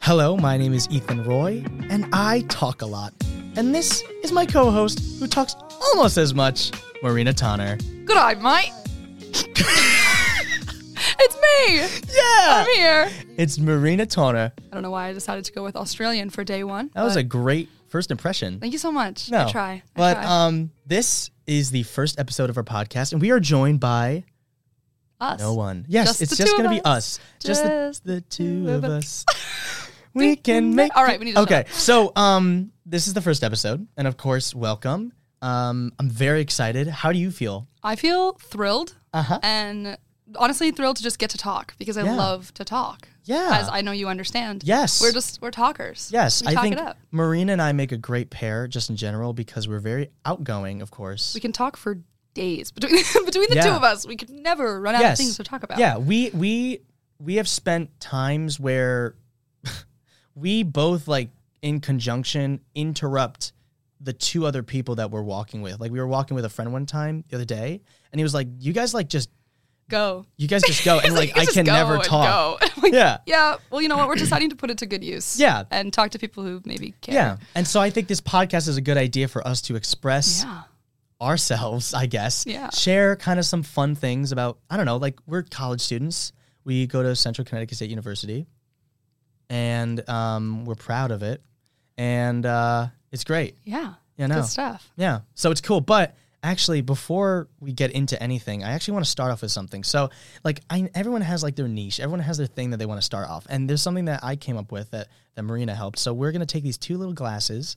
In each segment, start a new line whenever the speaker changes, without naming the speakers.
Hello, my name is Ethan Roy, and I talk a lot. And this is my co host, who talks almost as much, Marina Tonner.
Good eye, mate. it's me.
Yeah!
I'm here.
It's Marina Tonner.
I don't know why I decided to go with Australian for day one.
That was
but
a great first impression.
Thank you so much.
No,
Uh, I try. I
But
try.
um, this is the first episode of our podcast, and we are joined by
us.
no one. Yes,
Just
it's
the
just
two of
going to be us.
us.
Just,
Just
the, the two
of
of us. we can
can
make.
make- All right, we need to shut
Okay, so um, this is the first episode, and of course, welcome. Um, I'm very excited. How do you feel?
I feel thrilled
Uh-huh.
and honestly thrilled to just get to talk because I
Yeah.
love to talk.
Yeah.
As I know you understand.
Yes.
We're just we're talkers.
Yes,
We
I
talk
think
it up.
Marina and I make a great pair just in general because we're very outgoing, of course.
We can talk for days between between the two
Yeah.
of us. We could never run out of things to talk about.
Yeah, we we we have spent times where we both like in conjunction interrupt the two other people that we're walking with. Like we were walking with a friend one time the other day, and he was like, "You guys like just
Go.
you guys just go," and
It's
like,
you
I
just
can
go
never
and
talk.
go. I'm like,
Yeah.
Yeah. Well, you know what? We're deciding to put it to good use.
Yeah.
And talk to people who maybe care.
Yeah, and so I think this podcast is a good idea for us to express
Yeah.
ourselves, I guess.
Yeah.
Share kind of some fun things about, I don't know, like we're college students. We go to Central Connecticut State University and um, we're proud of it. And uh, it's great.
Yeah.
Yeah,
Good
no.
stuff.
Yeah. So it's cool. But actually, before we get into anything, I actually want to start off with something. So, like, I, everyone has like their niche, everyone has their thing that they want to start off. And there's something that I came up with that, that Marina helped. So, we're going to take these two little glasses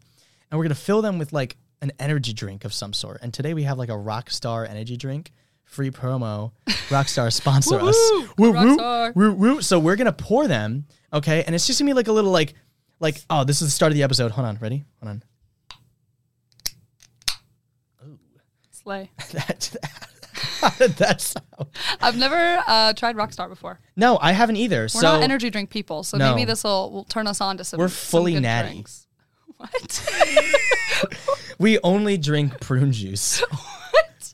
and we're going to fill them with like an energy drink of some sort. And today we have like a Rockstar energy drink. Free promo, Rockstar sponsor us.
Woo-woo,
Woo, woo,
Rockstar.
woo, woo. So we're gonna pour them, okay? And it's just gonna be like a little like, like oh, this is the start of the episode. Hold on, ready? Hold on.
Slay.
That, how did that sound?
I've never uh, tried Rockstar before.
No, I haven't either.
We're
so
not energy drink people, so
No.
maybe this will will turn us on to some.
We're
some
fully
good
natty.
drinks. What?
we only drink prune juice,
what?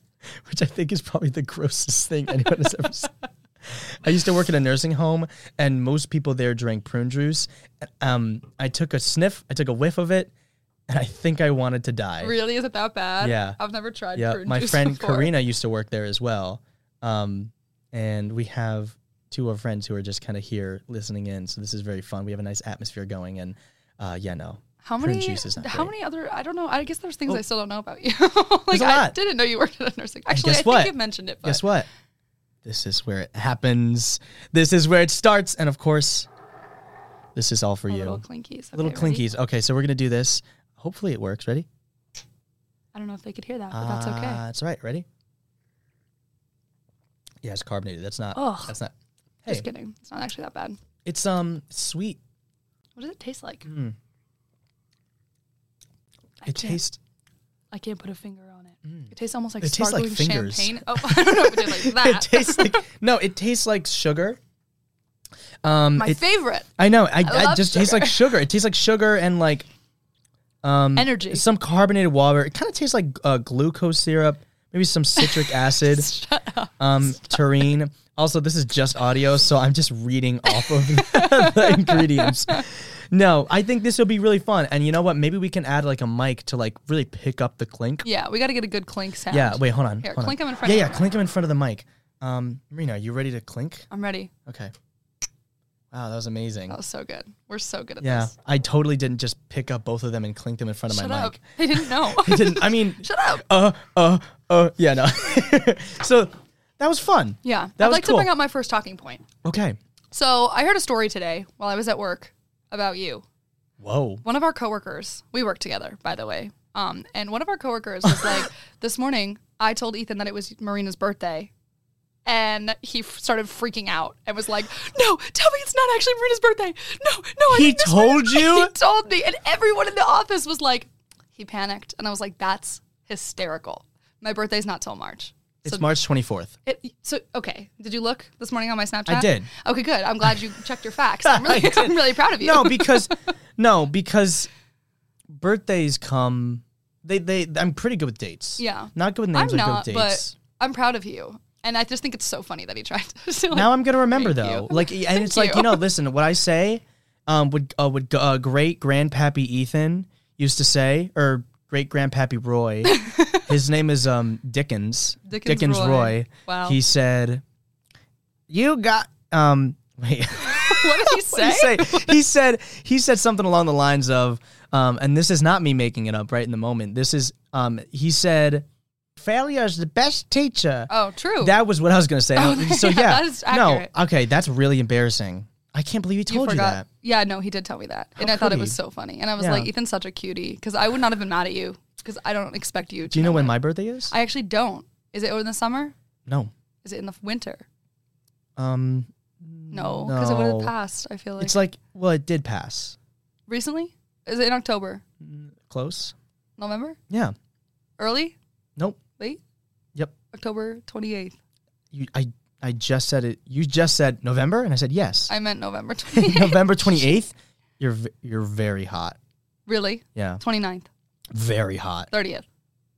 which I think is probably the grossest thing anyone has ever seen. I used to work in a nursing home, and most people there drank prune juice. Um, I took a sniff, I took a whiff of it, and I think I wanted to die.
Really? Is it that bad?
Yeah.
I've never tried.
Yeah,
prune
my
juice
friend
before.
Karina used to work there as well, um, and we have two of our friends who are just kind of here listening in. So this is very fun. We have a nice atmosphere going, and uh, yeah, no,
How
prune
many?
juice is not
how
great.
many other? I don't know. I guess there's things
Well,
I still don't know about you.
there's
like
a
I
lot.
didn't know you worked at a nursing. Actually,
guess
I think
what?
you mentioned it. But
guess what? This is where it happens. This is where it starts. And of course, this is all for
Oh,
you.
Little clinkies.
Little
Okay, ready?
clinkies. Okay, so we're going to do this. Hopefully it works. Ready?
I don't know if they could hear that, but that's okay.
Uh, it's all right. Ready? Yeah, it's carbonated. That's not.
Ugh.
That's not. Hey,
Just kidding. It's not actually that bad.
it's um sweet.
What does it taste like?
Mm.
I
It
can't-
tastes. Mm.
I can't put a finger on it. It tastes almost like
It tastes like
sparkling
fingers.
champagne. Oh, I don't know if it tastes like that.
It tastes like no. It tastes like sugar. Um,
my
it-
favorite.
I know. I,
I
I
love
just tastes
sugar.
like sugar. It tastes like sugar and like um
Energy.
Some carbonated water. It kind of tastes like uh, glucose syrup, maybe some citric acid,
Shut up.
um taurine. Also, this is just audio, so I'm just reading off of the ingredients. No, I think this will be really fun. And you know what? Maybe we can add like a mic to like really pick up the clink.
Yeah, we got to get a good clink sound.
Yeah, wait, hold on.
Here,
hold on.
clink 'em in front
Yeah,
of
yeah, clink 'em in front of the mic. Um, Marina, you ready to clink?
I'm ready.
Okay. Wow, that was amazing.
That was so good. We're so good at
Yeah,
this.
I totally didn't just pick up both of them and clink them in front of
Shut
my
up.
mic.
They didn't know.
I didn't. I mean,
Shut up.
uh, uh, uh. Yeah, no. so that was fun.
Yeah.
that
I'd
was
like
cool.
to bring up my first talking point.
okay.
So I heard a story today while I was at work about you.
Whoa.
One of our coworkers, we work together, by the way. Um, and one of our coworkers was like, this morning I told Ethan that it was Marina's birthday. And he f- started freaking out and was like, "No, tell me it's not actually Marina's birthday. No, no." I
He
think this
told
was-
you?
He told me, and everyone in the office was like, "He panicked," and I was like, "That's hysterical." My birthday's not till March.
It's March twenty fourth.
It, so okay, did you look this morning on my Snapchat?
I did.
Okay, good. I'm glad you checked your facts. I'm
I
really,
did.
I'm really proud of you.
No, because no, because birthdays come. They they. I'm pretty good with dates.
Yeah.
Not good with
I'm
names. like
not,
good with dates.
but I'm proud of you, and I just think it's so funny that he tried to. so, like,
now I'm gonna remember
Thank
though.
you.
Like, and it's like you
you.
know, listen, what I say um, would uh, would uh, great grandpappy Ethan used to say, or great grandpappy Roy. his name is um, Dickens.
Dickens Roy. Wow.
He said, "You got um." Wait.
what did he say?
He, say? he said he said something along the lines of, um, and this is not me making it up right in the moment. This is um, he said, failure is the best teacher.
Oh, true.
That was what I was gonna say.
Oh,
so
yeah,
yeah,
that is accurate.
no, okay, that's really embarrassing. I can't believe he told you, that.
Yeah, no, he did tell me that, and I
could
thought it
he?
was so funny. And I was
Yeah.
like, Ethan's such a cutie, because I would not have been mad at you, because I don't expect you. to
Do you know when
that.
my birthday is?
I actually don't. Is it in the summer?
no.
Is it in the f- winter?
Um,
No, because it would
No.
have passed. I feel like.
it's like well, it did pass.
recently. Is it in October,
Close.
November,
Yeah.
early?
Nope.
Late?
Yep.
October twenty eighth.
You, I, I just said it. You just said November, and I said yes.
I meant November twenty eighth.
November twenty eighth. You're v- you're very hot.
really?
Yeah,
29th,
very hot.
thirtieth.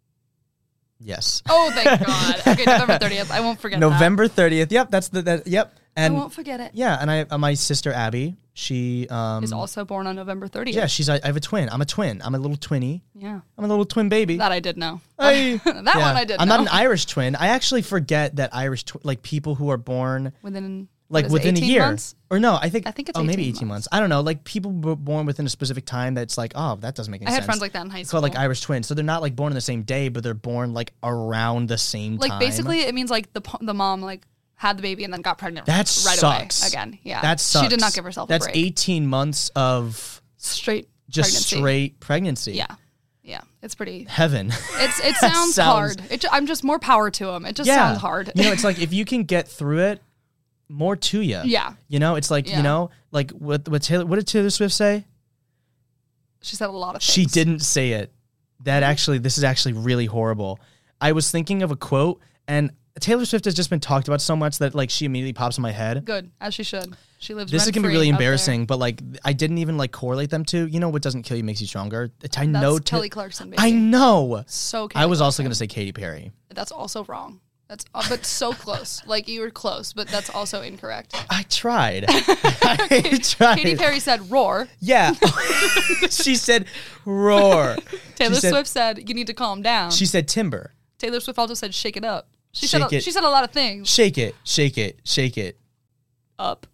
Yes.
Oh, thank God. Okay, November thirtieth. I won't forget that.
November thirtieth. Yep, that's the that. Yep,
I
and
won't forget it. Is
yeah, and I uh, my sister Abby. She um
also born on November thirtieth.
yeah. She's I, I have a twin. I'm a twin. I'm a little twinny.
Yeah.
I'm a little twin baby.
That I did know.
Hey.
that one
Yeah.
I did.
I'm
know.
not an Irish twin. I actually forget that Irish tw- like people who are born
within what
like
is it,
within a
18
year
months?
or no. I think
I think it's
oh maybe
18
eighteen
months.
months. I don't know. Like people were born within a specific time. That's like oh that doesn't make any
I had
sense.
friends like that in high
it's
school.
called like Irish twins. So they're not like born on the same day, but they're born like around the same
Like,
time.
basically, it means like the po- the mom like had the baby and then got pregnant.
That
right
sucks.
away again. Yeah,
That sucks.
She did not give herself
That's
a break.
eighteen months of
straight
just
pregnancy.
straight pregnancy.
Yeah, yeah. It's pretty.
Heaven.
It's it sounds,
Sounds-
hard. It, ju- I'm just more power to him. It just sounds hard.
you know, it's like if you can get through it, more to you.
Yeah.
You know, it's like,
Yeah.
you know, like what what Taylor what did Taylor Swift say?
she said a lot of things.
She didn't say it. That
Mm-hmm.
actually this is actually really horrible. I was thinking of a quote and Taylor Swift has just been talked about so much that like she immediately pops in my head.
Good as she should. She lives.
This is gonna be
rent-free
really
out there.
embarrassing, but like I didn't even like correlate them to. You know what doesn't kill you makes you stronger. I
That's
know.
Kelly Clarkson. Baby.
I know.
so. Kelly
I was also
Clarkson.
gonna say Katy Perry.
That's also wrong. That's uh, but so close. Like you were close, but that's also incorrect.
I tried. I tried.
Katy Perry said "roar."
Yeah. she said roar.
Taylor
she said,
Swift said you need to calm down.
She said timber.
Taylor Swift also said shake it up. She
Shake
said a,
it.
she said a lot of things.
Shake it, shake it, shake it.
Up,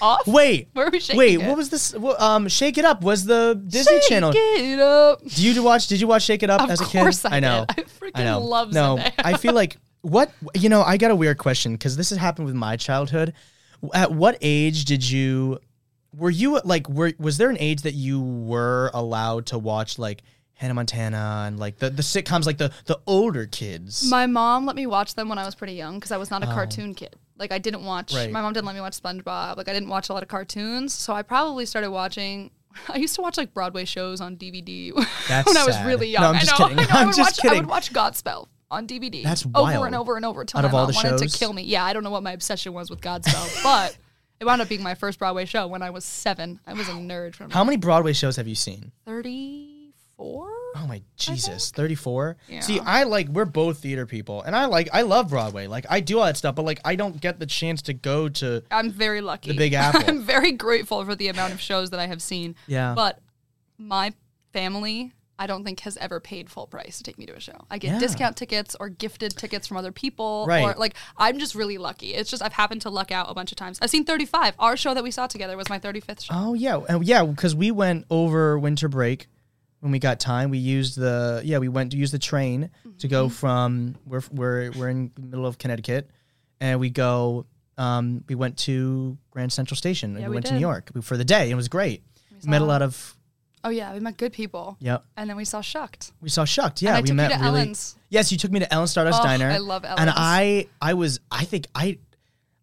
off.
Wait.
Where are we shaking?
Wait,
it?
what was this? wha- um, Shake It Up was the Disney
shake
Channel.
it up?
Do you watch? Did you watch Shake It Up
Of
as a kid?
course I
know.
did. I freaking love
No,
Zendaya.
I feel like what you know. I got a weird question because this has happened with my childhood. At what age did you? Were you like? Were was there an age that you were allowed to watch like Hannah Montana and like the the sitcoms like the the older kids?
My mom let me watch them when I was pretty young because I was not a cartoon kid. Like I didn't watch.
Oh. Right.
My mom didn't let me watch SpongeBob. Like I didn't watch a lot of cartoons, so I probably started watching. I used to watch like Broadway shows on DVD
That's
when I was
sad.
really
No,
young.
I'm
I
just
know.
kidding.
I, know. I
I'm
would
just
watch, I
kidding.
would watch Godspell on DVD.
That's
Over
wild.
and over and over till
Out
my
of all
mom
the
wanted
shows?
to kill me. Yeah, I don't know what my obsession was with Godspell, but it wound up being my first Broadway show when I was seven. I was a nerd from
How many Broadway shows have you seen?
thirty four.
Oh my Jesus, thirty four. See,
Yeah.
I like we're both theater people, and I like I love Broadway. Like I do all that stuff, but like I don't get the chance to go to.
I'm very lucky.
The Big Apple.
I'm very grateful for the amount of shows that I have seen.
Yeah.
But my family, I don't think has ever paid full price to take me to a show. I get
Yeah.
discount tickets or gifted tickets from other people. Or
Right.
like I'm just really lucky. It's just I've happened to luck out a bunch of times. I've seen 35. Our show that we saw together was my 35th show.
Oh yeah, oh, yeah. Because we went over winter break when we got time. We used the yeah. We went to use the train to go
Mm-hmm.
from we're we're we're in the middle of Connecticut, and we go. Um, we went to Grand Central Station. and
Yeah,
we,
we
went to
did.
New York for the day. It was great. Met a lot of
Oh yeah, we met good people.
yeah.
And then we saw Shucked.
We saw Shucked. Yeah,
and I
we
took
met
you to
really.
Ellen's.
Yes, you took me to Ellen Stardust
Oh,
Diner.
I love Ellen's.
And I, I was, I think I,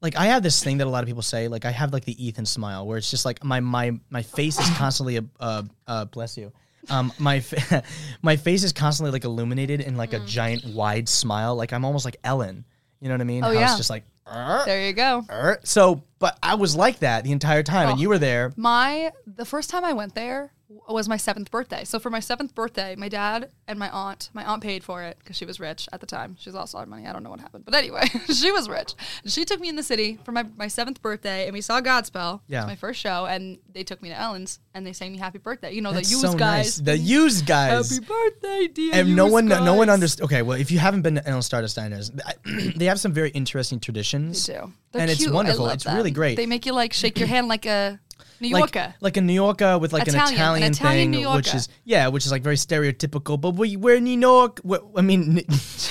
like I have this thing that a lot of people say, like I have like the Ethan smile, where it's just like my my my face is constantly a uh, uh, bless you, um my fa- my face is constantly like illuminated in
Mm.
like a giant wide smile, like I'm almost like Ellen, you know what I mean?
Oh,
How
yeah.
It's just like, "Arr,
There you go.
arr." so, but I was like that the entire time, and
Oh.
you were there.
My the first time I went there, was my seventh birthday. So for my seventh birthday, my dad and my aunt, my aunt paid for it because she was rich at the time. She was also out of money. I don't know what happened, but anyway, she was rich. She took me in the city for my, my seventh birthday, and we saw Godspell.
Yeah.
my first show, and they took me to Ellen's and they sang me Happy Birthday. You know
That's
the Yous
so nice.
guys.
The used guys.
Happy birthday, dear.
and no
Yous
one, no one
guys."
understands. Okay, well, if you haven't been to El Stardust Diners, they have some very interesting traditions.
They do. They're
And it's
cute. I
wonderful.
love
It's really
them.
great.
They make you like shake your hand like a New
like,
Yorker.
like a New Yorker with like
Italian, an
an Italian
Italian
thing,
New
which
Yorker.
is yeah, which is like very stereotypical. But we, we're in New York. we I mean,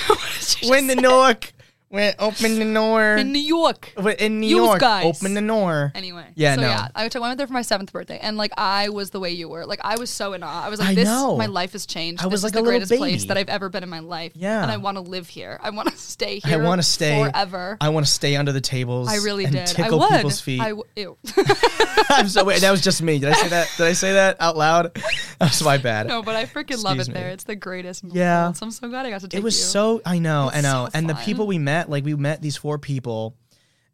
we're in the York. We're open the door.
in New York.
We're in New
Yous
York.
guys.
Open the door.
Anyway,
Yeah,
so
no.
yeah, I took- I went there for my seventh birthday, and like I was the way you were. Like I was so in awe. I was like,
I
this,
know.
my life has changed.
I was like a
this is the
little
greatest place
baby.
that I've ever been in my life.
Yeah.
and I want to live here. I want to stay
I
here.
want to stay
forever. I,
I want to stay under the tables.
really
and
did.
Tickle
I would.
people's feet.
I w- ew.
I'm so wait, that was just me. Did I say that? Did I say that out loud? That's my bad.
no, but I freaking love
Excuse
it
me.
there. It's the greatest.
Yeah.
moments. I'm so glad I got to take
it was
you.
so I know, I
It's
know.
so
and the
fun.
people we met, like we met these four people,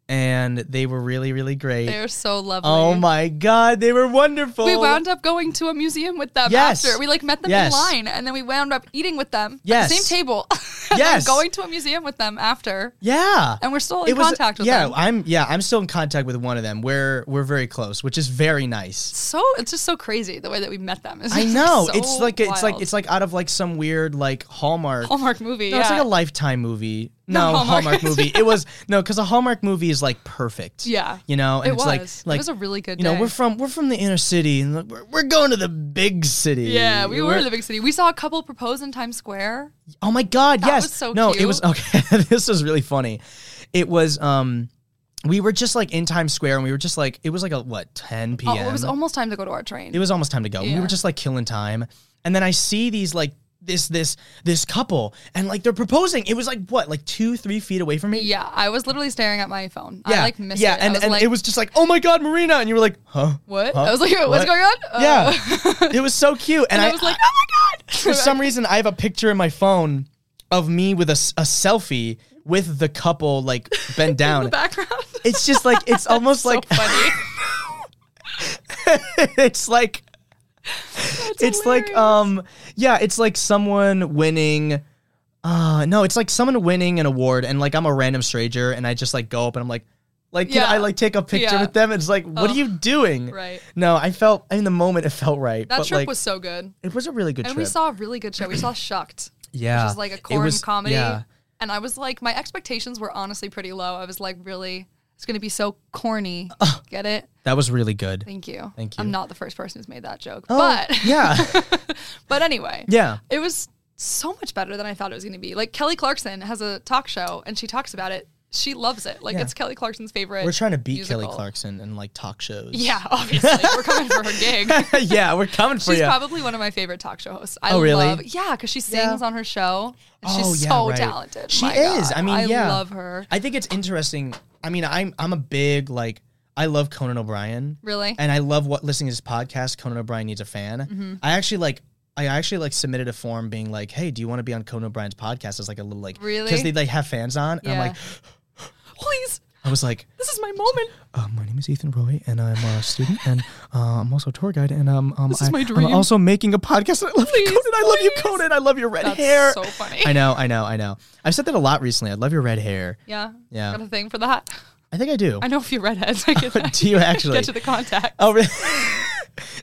and they were really, really great.
They're so lovely.
oh my god, they were wonderful.
We wound up going to a museum with them
Yes.
after. We like met them
Yes.
in line and then we wound up eating with them at
Yes.
the same table. and then
Yes.
going to a museum with them after.
Yeah.
And we're still in contact with
yeah,
them.
I'm yeah, I'm still in contact with one of them. We're we're very close, which is very nice.
So it's just so crazy the way that we met them. It's
I
just
know.
so
it's like it's like
wild.
it's like out of like some weird like Hallmark
Hallmark movie.
No,
yeah.
it's like a Lifetime movie. No,
Not
Hallmark.
Hallmark.
movie. It was no, because a Hallmark movie is like perfect.
Yeah.
you know, and
it
it's
was.
like like
it was a really good
you know
day.
we're from we're from the inner city and like, we're, we're going to the big city.
yeah, we were
We're-
in the big city. We saw a couple propose in Times Square.
Oh my god, yes.
was so
no, it
cute.
was okay. this was really funny. It was um. We were just like in Times Square, and we were just like it was like a what 10 p.m.
Oh, it was almost time to go to our train.
it was almost time to go. We
Yeah.
were just like killing time. And then I see these like this this this couple and like they're proposing. It was like what, like two, three feet away from me?
yeah, I was literally staring at my phone. I like missed
yeah,
it. I
and,
was
and
like,
it was just like, oh my god, Marina, and you were like, huh?
what?
Huh?
I was like, what's
What?
going on? Uh,
Yeah, it was so cute, and,
and I, was like, oh my god.
for some reason, I have a picture in my phone of me with a, s- a selfie with the couple like bent
in
down.
the background.
it's just like it's almost like
so funny.
it's like it's like um yeah it's like someone winning uh no it's like someone winning an award and like i'm a random stranger and i just like go up and i'm like like can
Yeah.
i like take a picture
Yeah.
with them it's like what are
Ugh.
you doing
Right.
no i felt in the moment it felt right
that
but
trip
like
was so good, and
it was a really good trip
we saw a really good show. We saw Shucked,
yeah
which is like a
It
quorum
was-
comedy.
yeah
And I was like, my expectations were honestly pretty low. I was like, really, it's gonna be so corny. Get it?
that was really good
Thank you.
Thank you.
I'm not the first person who's made that joke,
Oh,
but
yeah
but anyway,
yeah
it was so much better than I thought it was going to be. Like Kelly Clarkson has a talk show and she talks about it. She loves it. Like
Yeah.
it's Kelly Clarkson's favorite.
we're trying to beat kelly
musical.
clarkson in like talk shows
Yeah, obviously, we're coming for her gig.
yeah we're coming for
She's
you
probably one of my favorite talk show hosts. I
Oh, really?
love Yeah, because she sings on her show. And
Oh,
she's
yeah,
so
right.
talented.
She
My
is.
God,
I mean, yeah.
I love her.
I think it's interesting. I mean, I'm I'm a big like I love Conan O'Brien,
Really? Mm-hmm.
and I love what listening to his podcast. Conan O'Brien needs a fan. I actually like. I actually like submitted a form being like, "Hey, do you want to be on Conan O'Brien's podcast?" As like a little like
Really?
because they like have fans on, and I'm
Yeah.
like,
Please,
I was like,
this is my moment.
uh, "My name is Ethan Roy, and I'm a student, and uh, I'm also a tour guide, and um, um
This is
I,
my
I'm
dream.
also making a podcast. And I love you,
Please,
Conan. I love you,
please.
Conan. I love your red
That's
hair.
so funny.
I know, I know, I know. I've said that a lot recently. I love your red hair.
yeah.
Yeah.
Got a thing for that.
I think I do.
I know a few redheads. I can
do you actually?
get to the contact.
Oh, really?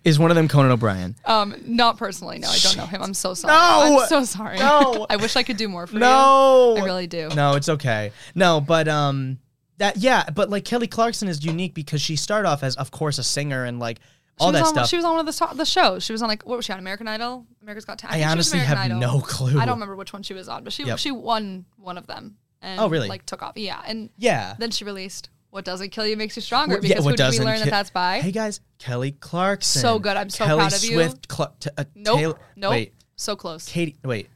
is one of them Conan O'Brien?
Um, not personally. No, I don't know him. I'm so sorry.
No!
I'm so sorry.
No!
I wish I could do more for
No,
you. Oh, I really do.
No, it's okay. No, but um, that yeah, but like Kelly Clarkson is unique because she started off as, of course, a singer and like all
she was
that
on,
stuff.
She was on one of the, so- the shows. She was on like what was she on American Idol? America's Got Talent.
I
think she was
honestly have
American Idol.
no clue.
I don't remember which one she was on, but she
Yep.
she won one of them. And,
Oh, really?
Like took off. Yeah, and
Yeah.
then she released "What Doesn't Kill You Makes You Stronger"
yeah,
because
what
who did we
doesn't
learn
ki-
that that's by?
Hey guys, Kelly Clarkson.
So good. I'm so
Kelly
proud of you.
Swift, Cla- t- uh,
nope,
Taylor-
nope.
Wait,
So close.
Katie. Wait.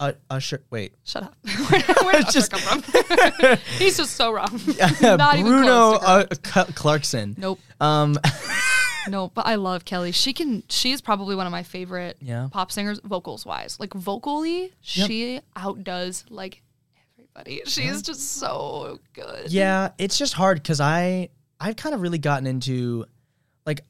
Uh, Usher. Wait.
Shut up. Where did Usher
Just-
come from? He's just so wrong. Not even
Bruno
close. To correct.
uh, Cl- Clarkson.
nope.
Um.
No, but I love Kelly. She can. She is probably one of my favorite
Yeah.
pop singers, vocals wise. Like vocally, she outdoes like everybody. She's just so good.
Yeah, it's just hard because I I've kind of really gotten into like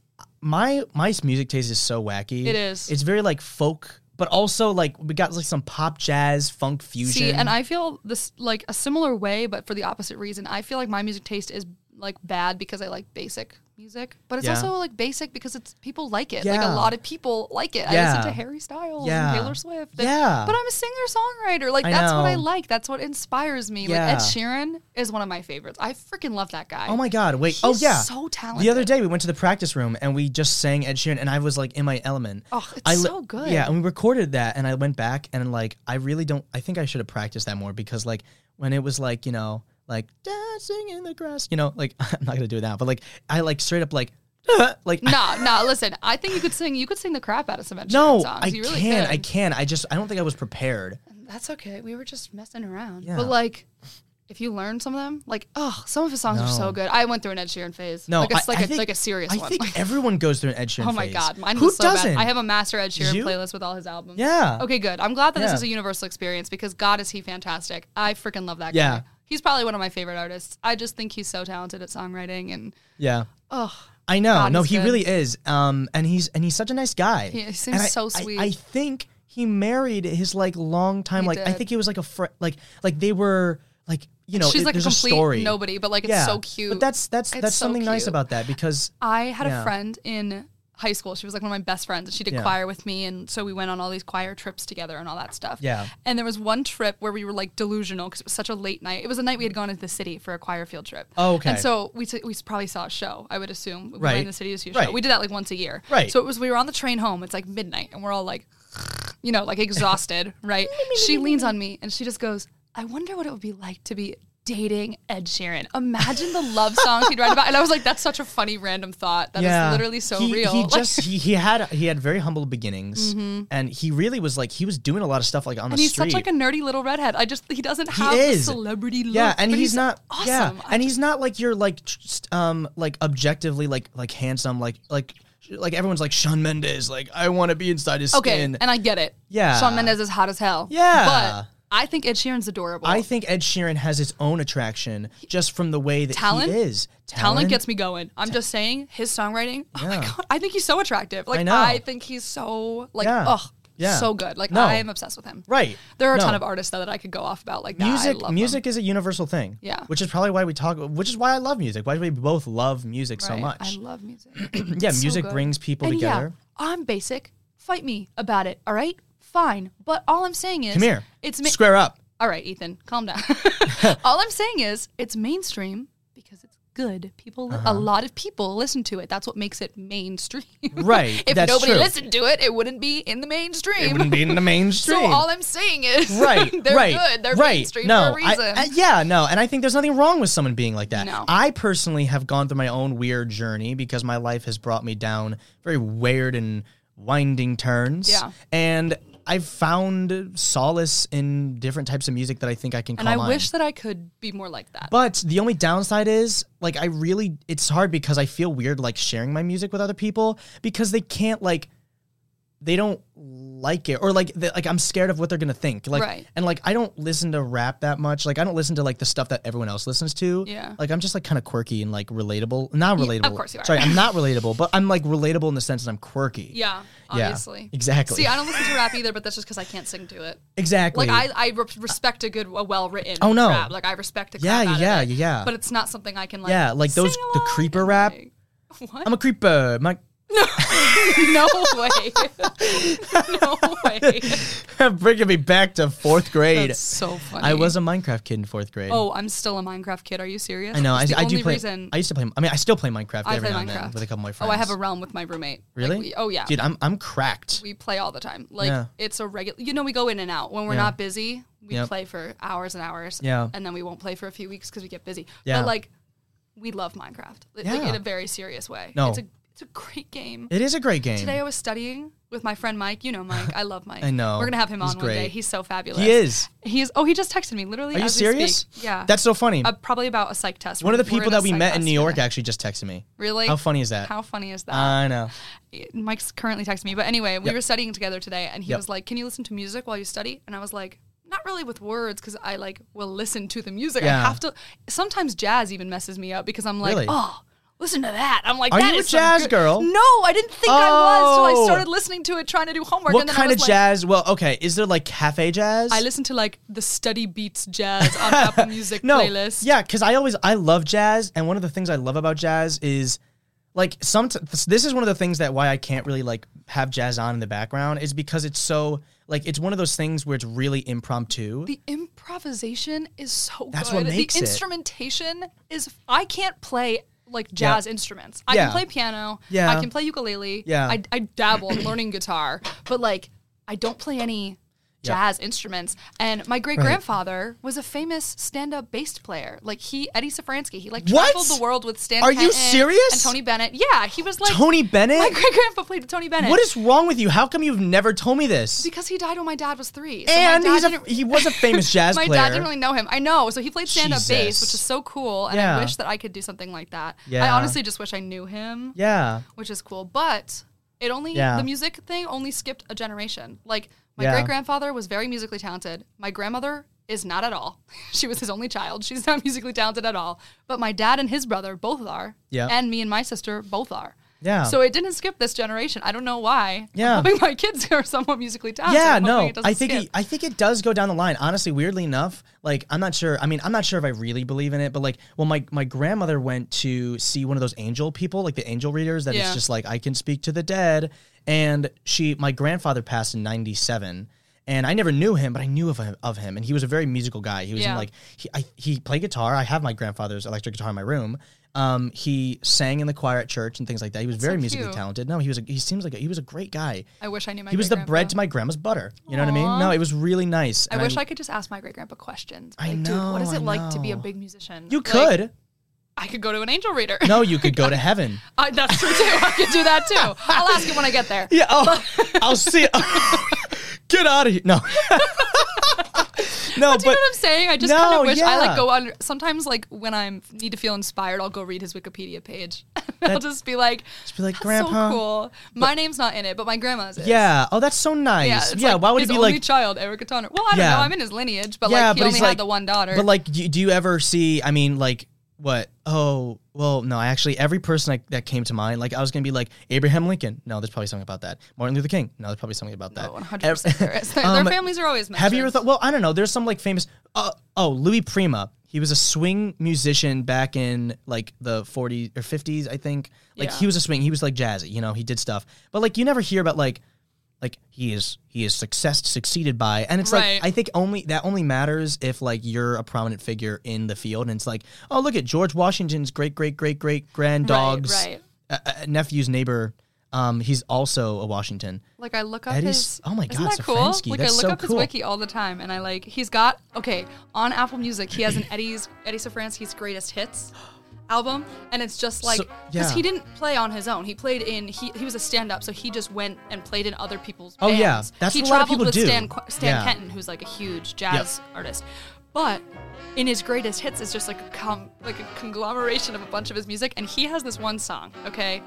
my my music taste is so wacky.
It is.
It's very like folk, but also like we got like some pop, jazz, funk fusion.
See, and I feel this like a similar way, but for the opposite reason. I feel like my music taste is like bad because I like basic music, but it's
Yeah.
also like basic because it's people like it. Like a
Yeah.
lot of people like it. I
Yeah.
listen to Harry Styles
Yeah.
and Taylor Swift. and-
yeah,
But I'm a singer songwriter. Like
I
that's what I
know.
like. That's what inspires me.
Yeah.
Like Ed Sheeran is one of my favorites. I freaking love that guy.
oh my god, wait,
He's
oh yeah.
so talented.
the other day we went to the practice room and we just sang Ed Sheeran, and I was like in my element.
oh, it's
I li-
so good.
Yeah, and we recorded that, and I went back and like I really don't. I think I should have practiced that more because like when it was like you know like dancing in the grass, you know, like I'm not gonna do it now, but like I like straight up like like
Nah, nah. Listen, I think you could sing. You could sing the crap out of some Ed Sheeran
no,
songs.
I
you really
can,
could.
I can. I just I don't think I was prepared.
That's okay. We were just messing around.
Yeah.
But like, if you learn some of them, like, oh, some of his songs are so
No.
good. I went through an Ed Sheeran phase.
No,
like a,
I-
like,
I
a
think-
like a serious
I
one.
think
Like,
everyone goes through an Ed Sheeran
oh my
phase.
god, mine
Who
was so
doesn't?
bad. I have a master Ed Sheeran
You?
playlist with all his albums.
yeah.
Okay, good. I'm glad that
Yeah.
this is a universal experience because God is he fantastic. I freaking love that
Yeah.
guy. He's probably one of my favorite artists. I just think he's so talented at songwriting and
Yeah.
oh,
I know.
God,
no,
he's
he
good.
really is. Um, and he's and he's such a nice guy.
He- he seems
And I-
so
I-
sweet.
I, think he married his like long time.
He
like I
did.
think he was like a fr- like like they were like you know
she's
it-
like a
there's
complete
story.
nobody, but like it's
yeah.
so cute.
But that's that's
It's
that's
so
something nice
cute.
about that because
I had a
Yeah.
friend in high school. She was like one of my best friends. She did
Yeah.
choir with me, and so we went on all these choir trips together and all that stuff.
Yeah.
And there was one trip where we were like delusional because it was such a late night. It was a night we had gone into the city for a choir field trip.
Oh, okay.
And so we t- we probably saw a show. I would assume we went
Right.
in the city to see a show.
Right.
We did that like once a year.
Right.
So it was we were on the train home. It's like midnight, and we're all like, you know, like exhausted, right? she leans on me and she just goes, "I wonder what it would be like to be." Dating Ed Sheeran. Imagine the love songs he'd write about. And I was like, that's such a funny random thought. That is
yeah,
literally so
he,
real.
He
Like,
just he, he had he had very humble beginnings, and he really was like he was doing a lot of stuff like on
and
the
he's
street.
such like a nerdy little redhead. I just he doesn't have the
is.
celebrity look.
Yeah, and
but
he's, not.
awesome.
Yeah,
I
and he's not like your like tr- st- um like objectively like like handsome like like sh- like everyone's like Sean Mendes like I want to be inside his
Okay,
skin.
and I get it.
Yeah.
Sean Mendes is hot as hell.
Yeah.
But I think Ed Sheeran's adorable.
I think Ed Sheeran has his own attraction just from the way that
Talent?
he is.
Talent, gets me going. I'm just saying his songwriting. Oh my
Yeah.
god, I think he's so attractive. Like I,
know.
think he's so like
Yeah.
ugh,
Yeah.
so good. Like
No.
I am obsessed with him.
right.
There are a
No.
ton of artists though that I could go off about. Like nah, I
music.
love them.
music is a universal thing.
Yeah.
which is probably why we talk. Which is why I love music. Why we both love music so
Right.
much.
I love music.
yeah,
so
music
good.
brings people
And
together.
Yeah, I'm basic. Fight me about it. All right, fine. But all I'm saying is,
Come here.
It's ma-
Square up.
all right, Ethan. Calm down. all I'm saying is, it's mainstream because it's good. People,
Uh-huh.
a lot of people listen to it. That's what makes it mainstream.
Right,
if
that's
nobody
true.
listened to it, it wouldn't be in the mainstream.
It wouldn't be in the mainstream.
so all I'm saying is,
right
they're
right
good. They're
right
mainstream
no
for a
I-
reason.
I- yeah no and i think there's nothing wrong with someone being like that
No.
i personally have gone through my own weird journey because my life has brought me down very weird and winding turns
Yeah.
and i've found solace in different types of music that i think i can
and
call
I
mine.
wish that I could be more like that.
But the only downside is, like, I really, it's hard because I feel weird, like, sharing my music with other people because they can't, like, they don't like it or like they, like I'm scared of what they're gonna think like
Right.
and like I don't listen to rap that much like I don't listen to like the stuff that everyone else listens to
Yeah.
like I'm just like kind of quirky and like relatable not relatable
course you are.
sorry I'm not relatable but I'm like relatable in the sense that I'm quirky
yeah, obviously.
exactly
See, I don't listen to rap either, but that's just because I can't sing to it.
exactly
Like I, I re- respect a good, a well written.
Oh, no.
rap. like I respect a
yeah
crap out
yeah
of
yeah
it,
yeah
But it's not something I can like.
yeah like those
sing
the
along
creeper
and,
rap
like- what?
I'm a creeper my
no way. no way.
bringing me back to fourth grade
That's so funny.
I was a Minecraft kid in fourth grade.
Oh, I'm still a Minecraft kid. Are you serious?
I know. I,
That's the
I
only
do play.
reason
I used to play. I mean, I still play Minecraft
I
every
play
now and then
Minecraft.
with a couple of my friends.
oh, I have a realm with my roommate. Like,
Really?
we- oh yeah.
Dude, I'm I'm cracked.
we play all the time. Like
Yeah.
it's a regular. You know, we go in and out when we're
Yeah.
not busy. We
Yep.
play for hours and hours.
Yeah.
and then we won't play for a few weeks because we get busy.
Yeah.
But like, we love Minecraft Li- like,
Yeah.
in a very serious way.
No.
it's a it's a great game.
It is a great game.
Today I was studying with my friend Mike. You know Mike. I love Mike.
I know.
We're gonna have him
He's
on one day.
great.
He's so fabulous.
he is.
He is. Oh, he just texted me. Literally.
Are you
as we speak.
serious?
Yeah.
That's so funny.
uh, probably about a psych test.
One of the
We're in
people
a
that we
psych
met in
test
New York
today.
actually just texted me.
Really?
How funny is that?
How funny is that?
I know.
Mike's currently texting me, but anyway, we
Yep.
were studying together today, and he
Yep.
was like, "Can you listen to music while you study?" And I was like, "Not really with words, because I like will listen to the music. I
Yeah.
have to." Sometimes jazz even messes me up because I'm like,
Really?
"Oh, listen to that. I'm like,
Are
that
you a
is some
jazz
good-
girl?
No, I didn't think I was till I
Oh.
started listening to it, trying to do homework.
What
and then
kind
I
of
was like,
jazz? Well, okay. Is there like cafe jazz?
I listen to like the study beats jazz on Apple Music
no,
playlist.
Yeah, because I always I love jazz, and one of the things I love about jazz is like some. This is one of the things that why I can't really like have jazz on in the background is because it's so like it's one of those things where it's really impromptu.
The improvisation is so
That's
good.
what makes
the
it.
instrumentation is I can't play like jazz instruments. I
Yeah.
can play piano.
Yeah.
I can play ukulele.
Yeah.
I, I dabble in learning guitar, but like I don't play any
Yeah.
jazz instruments. And my great grandfather was a famous stand-up bass player. Like he Eddie Safransky. He like
What?
traveled the world with Stan.
Are you
Kenton
serious?
And Tony Bennett. Yeah, he was like
Tony Bennett.
My great grandpa played with Tony Bennett.
what is wrong with you? How come you've never told me this?
because he died when my dad was three. So my
And
dad
he's a,
didn't-
he was a famous jazz
my
player.
dad didn't really know him. I know. So he played stand up bass,
Jesus.
which is so cool. And I
Yeah.
wish that I could do something like that. I
Yeah.
honestly just wish I knew him,
yeah.
which is cool. But it only,
Yeah.
the music thing only skipped a generation. Like, my
Yeah.
great grandfather was very musically talented. My grandmother is not at all. she was his only child. She's not musically talented at all. But my dad and his brother both are.
Yeah.
And me and my sister both are.
Yeah.
So it didn't skip this generation. I don't know why.
Yeah.
I'm hoping my kids are somewhat musically talented.
yeah,
I'm hoping
no,
it doesn't
I think
skip.
it, I think it does go down the line. Honestly, weirdly enough, like I'm not sure. I mean, I'm not sure if I really believe in it, but like, well, my my grandmother went to see one of those angel people, like the angel readers, that
Yeah.
it's just like I can speak to the dead. And she, my grandfather passed in '97, and I never knew him, but I knew of him, of him, and he was a very musical guy. He was
Yeah.
in like he I, he played guitar. I have my grandfather's electric guitar in my room. Um, he sang in the choir at church and things like that. He was very musically
cute.
talented. No, he was a, he seems like a, he was a great guy
I wish I knew my
he was the
great-grandpa.
bread to my grandma's butter. You know what I
Aw.
mean? No, it was really nice.
I
and
wish I, could just ask my great grandpa questions.
I
like, dude, what
know,
is it
I
like to be a
know.
big musician?
You
Like,
could.
I could go to an angel reader.
no, you could go to heaven.
I, that's true too. I could do that too. I'll ask him when I get there.
Yeah. Oh, I'll see. Get out of here. No. no, but
Do you know what I'm saying? I just
No,
kind of wish I like
yeah.
go under. Sometimes, like when I am need to feel inspired, I'll go read his Wikipedia page. I'll
That-
just be like,
just be like,
"That's
"Grandpa."
so cool." My name's not in it, but my grandma's is.
yeah. Oh, that's so nice.
yeah.
Yeah.
it's like
why would
his
it be
only
like?
child, Erica Toner? Well, I don't
Yeah.
know. I'm in his lineage, but
yeah,
like he
but
only
he's
had
like
the one daughter.
But like, do do you ever see? I mean, like. What? Oh, well, no. Actually, every person I, that came to mind, like I was gonna be like Abraham Lincoln. No, there's probably something about that. Martin Luther King. No, there's probably something about that.
Oh, 100% there is. Their
Um,
families are always. Mentioned.
Have you ever thought? Well, I don't know. There's some like famous. Uh, oh, Louis Prima. He was a swing musician back in like the 40s or 50s, I think. Like
Yeah.
he was a swing. He was like jazzy. You know, he did stuff. But like you never hear about like like he is he is success succeeded by and it's
Right.
like i think only that only matters if like you're a prominent figure in the field and it's like oh look at george washington's great great great great grand dog's
right.
Uh, uh, nephew's neighbor um he's also a washington
Like I look up
Eddie's-
his.
oh my
isn't
God,
that cool?
Safransky,
Like I
that's
look
so
up his
cool.
wiki all the time, and I like he's got okay on Apple Music. He has an Eddie's Eddie Safransky's greatest hits album, and it's just like
So-
because
yeah.
he didn't play on his own. He played in he he was a stand up, so he just went and played in other people's.
Oh, yeah.
bands.
That's
he
what a lot of
traveled
people
with
do.
Stan Qu- Stan
Yeah.
Kenton, who's like a huge jazz artist, but. In his greatest hits is just like a com- like a conglomeration of a bunch of his music, and he has this one song, okay,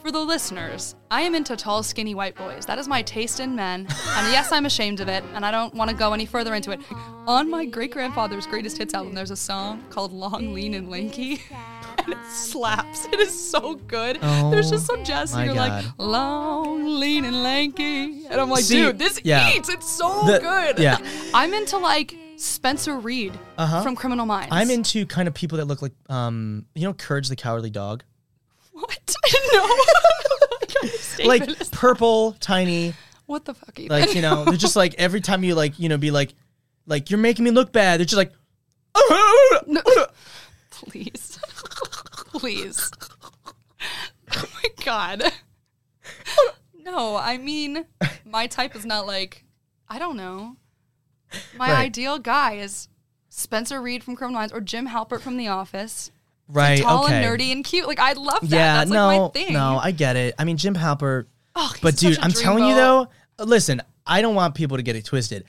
for the listeners, I am into tall, skinny white boys. That is my taste in men. And yes, I'm ashamed of it, and I don't want to go any further into it. On my great grandfather's greatest hits album, there's a song called Long, Lean, and Lanky. And it slaps. It is so good. there's
Oh,
just some jazz
my
singer like,
God.
Long, Lean, and Lanky. And I'm like,
See,
dude, this
yeah.
eats. It's so
The-
good.
yeah.
I'm into like Spencer Reed
Uh-huh.
from Criminal Minds.
i'm into kind of people that look like um you know courage the cowardly dog
What? no. What kind of statement is
like purple, tiny,
What the fuck? Even?
like you know, they're just like every time you like you know be like, like you're making me look bad. They're just like,
No. Please. Please. Oh my god. No, I mean, my type is not like, I don't know. My
Right.
ideal guy is Spencer Reed from Criminal Minds or Jim Halpert from The Office.
right,
Tall
okay,
and nerdy and cute. Like, I love that.
yeah,
That's
no,
like my thing.
no, I get it. I mean, Jim Halpert,
Ugh, he's
but dude,
such a
I'm telling you
dreamboat.
though, listen, I don't want people to get it twisted.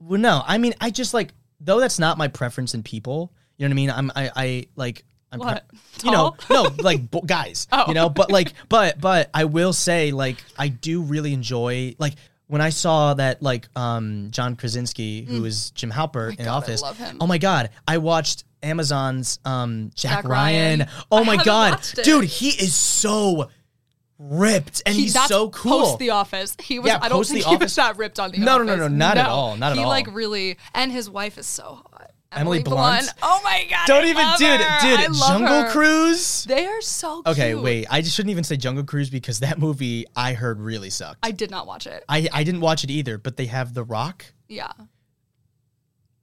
Well, no, I mean, I just like though that's not my preference in people. You know what I mean? I'm, I, I like, I'm, pre-
What?
you know,
Tall?
no, like bo- guys,
Oh.
you know, but like, but, but I will say, like, I do really enjoy, like, when I saw that like um, John Krasinski, who is Jim Halpert in
Mm. God, I
Office,
love him.
oh my god, I watched Amazon's um, Jack,
Jack
Ryan.
Ryan.
Oh
I
my
haven't
god,
watched it.
dude, he is so ripped and
He-
he's
that's
so cool.
Post The Office. He was.
Yeah,
I don't
post The
think he was
Office.
that ripped on The
No, no,
Office.
no, no, not at all, not at
he
all.
like really, and his wife is so hot.
Emily Blunt?
Oh my god!
don't
I
even,
love
dude,
her. I
dude,
love
Jungle
her.
Cruise.
They are so. Cute.
Okay, wait, I just shouldn't even say Jungle Cruise because that movie I heard really sucked.
I did not watch it.
I, I didn't watch it either, but they have The Rock.
Yeah.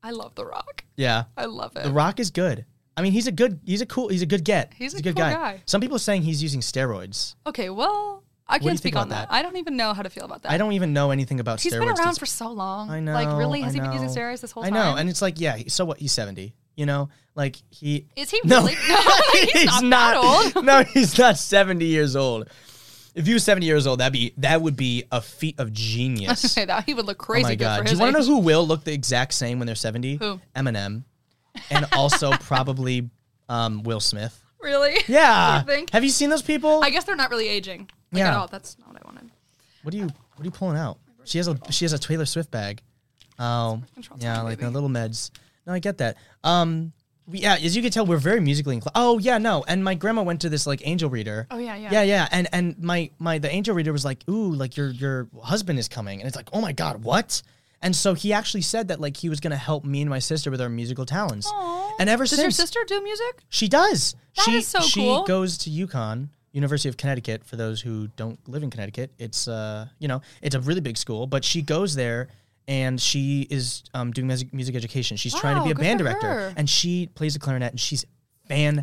I love The Rock.
Yeah.
I love it.
The Rock is good. I mean, he's a good, he's a cool, he's a good get.
He's a
good
cool
guy.
guy.
Some people are saying he's using steroids.
Okay, well, I
do you
can't
think
speak
about
on that.
that?
I don't even know how to feel about that.
I don't even know anything about
He's
steroids.
been
to-
around for so long.
I know.
Like, really,
I
has he been using
know.
steroids this whole
I
time?
know, and it's like, yeah. he- So what? He's seventy. You know, like he.
is he
No,
really? No, he's, not, that old.
no, he's not seventy years old. If he was seventy years old, that'd be that would be a feat of genius.
Say that he would look
oh
crazy
my
good for
god! Do
his
you want to
age.
know who will look the exact same when they're seventy?
Who?
Eminem, and also probably um, Will Smith.
Really?
Yeah.
You think?
Have you seen those people?
I guess they're not really aging. Like,
Yeah.
At all. That's not what I wanted.
What are you What are you pulling out? She has a she has a Taylor Swift bag. Oh,
controls
yeah,
my
like the
baby.
little meds. No, I get that. Um, we, yeah, as you can tell, we're very musically inclined. Oh yeah, no. And my grandma went to this like angel reader.
Oh, yeah, yeah.
Yeah, yeah. And and my my the angel reader was like, ooh, like your your husband is coming, and it's like, oh my god, what? And so he actually said that like he was gonna help me and my sister with our musical talents.
Aw.
And ever
Does your
since
sister do music?
she does.
That
she
is so
she
cool.
goes to UConn, University of Connecticut. For those who don't live in Connecticut, it's uh you know it's a really big school, but she goes there and she is um, doing music, music education. She's trying to
Wow,
be a
good
band
for
director,
her.
and she plays the clarinet, and she's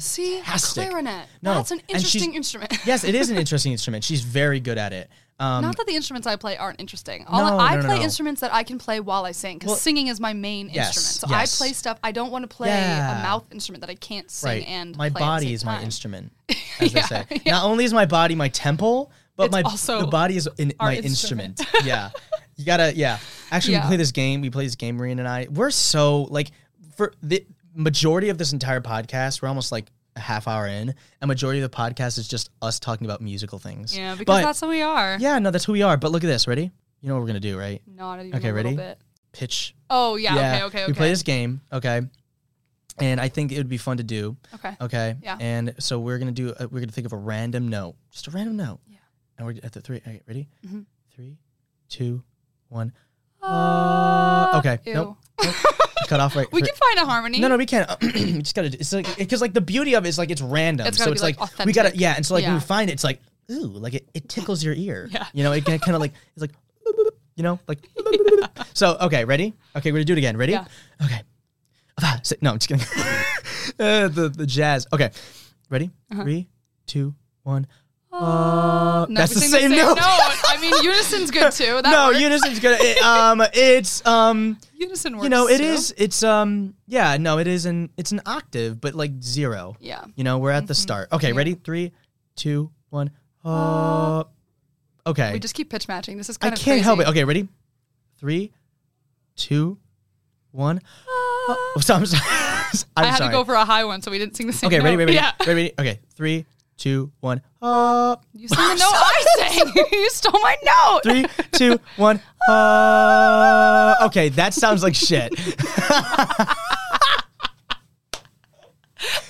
See,
fantastic.
clarinet.
No,
That's an
and she's-
interesting instrument.
yes, it is an interesting instrument. She's very good at it. Um,
Not that the instruments I play aren't interesting. All
No,
I
no, no,
play
no.
instruments that I can play while I sing because
Well,
singing is my main
yes,
instrument. So
yes.
I play stuff. I don't want to play
Yeah.
a mouth instrument that I can't sing
right,
and
my
play
body
at the same
is my
time.
instrument, as
Yeah,
they say.
yeah.
Not only is my body my temple, but
It's
my
also
the body is in,
our
my instrument.
instrument.
yeah, you gotta. Yeah, actually, we
Yeah.
play this game. We play this game, Marine and I. We're so like for the majority of this entire podcast, we're almost like a half hour in. A majority of the podcast is just us talking about musical things.
Yeah, because
But-
that's who we are.
yeah, no, that's who we are. But look at this. Ready? You know what we're gonna do, right?
Not even
Okay,
a
ready?
little bit.
Pitch.
Oh yeah, Okay. Okay. Okay.
We play this game. Okay. And I think it would be fun to do.
okay.
Okay.
Yeah.
And so we're gonna do. Uh, we're gonna think of a random note, just a random note.
Yeah.
And we're at the three. All right, ready?
Mhm.
Three, two, one.
Uh,
okay,
Ew.
nope. Cut off right.
We
right-
can find a harmony.
No, no, we can't. uh, we just gotta. It's like because like the beauty of it is like it's random.
It's
so
gotta
it's
be,
like,
like,
we gotta.
authentic.
Yeah. And so like when we
Yeah.
find it, it's like ooh, like it, it tickles your ear.
Yeah.
You know, it kind of like it's like you know like. So okay, ready? Okay, we're gonna do it again. Ready?
Yeah.
Okay. Ah, si- No, I'm just kidding. uh, the the jazz. Okay, ready?
Uh-huh.
Three, two, one.
Oh,
Uh,
No,
that's
we
the
sing
same,
note.
note.
I mean, unison's good too. That
no,
works.
unison's good. It, um, it's um,
unison works.
you know, it
too.
is. It's um, yeah, no, it is an it's an octave, but like zero.
Yeah.
You know, we're at
Mm-hmm.
the start. Okay, ready? Three, two, one. Uh, okay.
We just keep pitch matching. This is
I
kind
can't
of
help it.
crazy.
Okay, ready? Three, two, one. Oh, so I'm sorry. I'm
Uh, I had
sorry.
to go for a high one, so we didn't sing the same.
okay,
note.
ready, ready, ready,
Yeah.
ready, ready. Okay, three, two, one. Uh, Up.
You sang the note I sang. you stole my note.
Three, two, one. Up. Okay, that sounds like shit.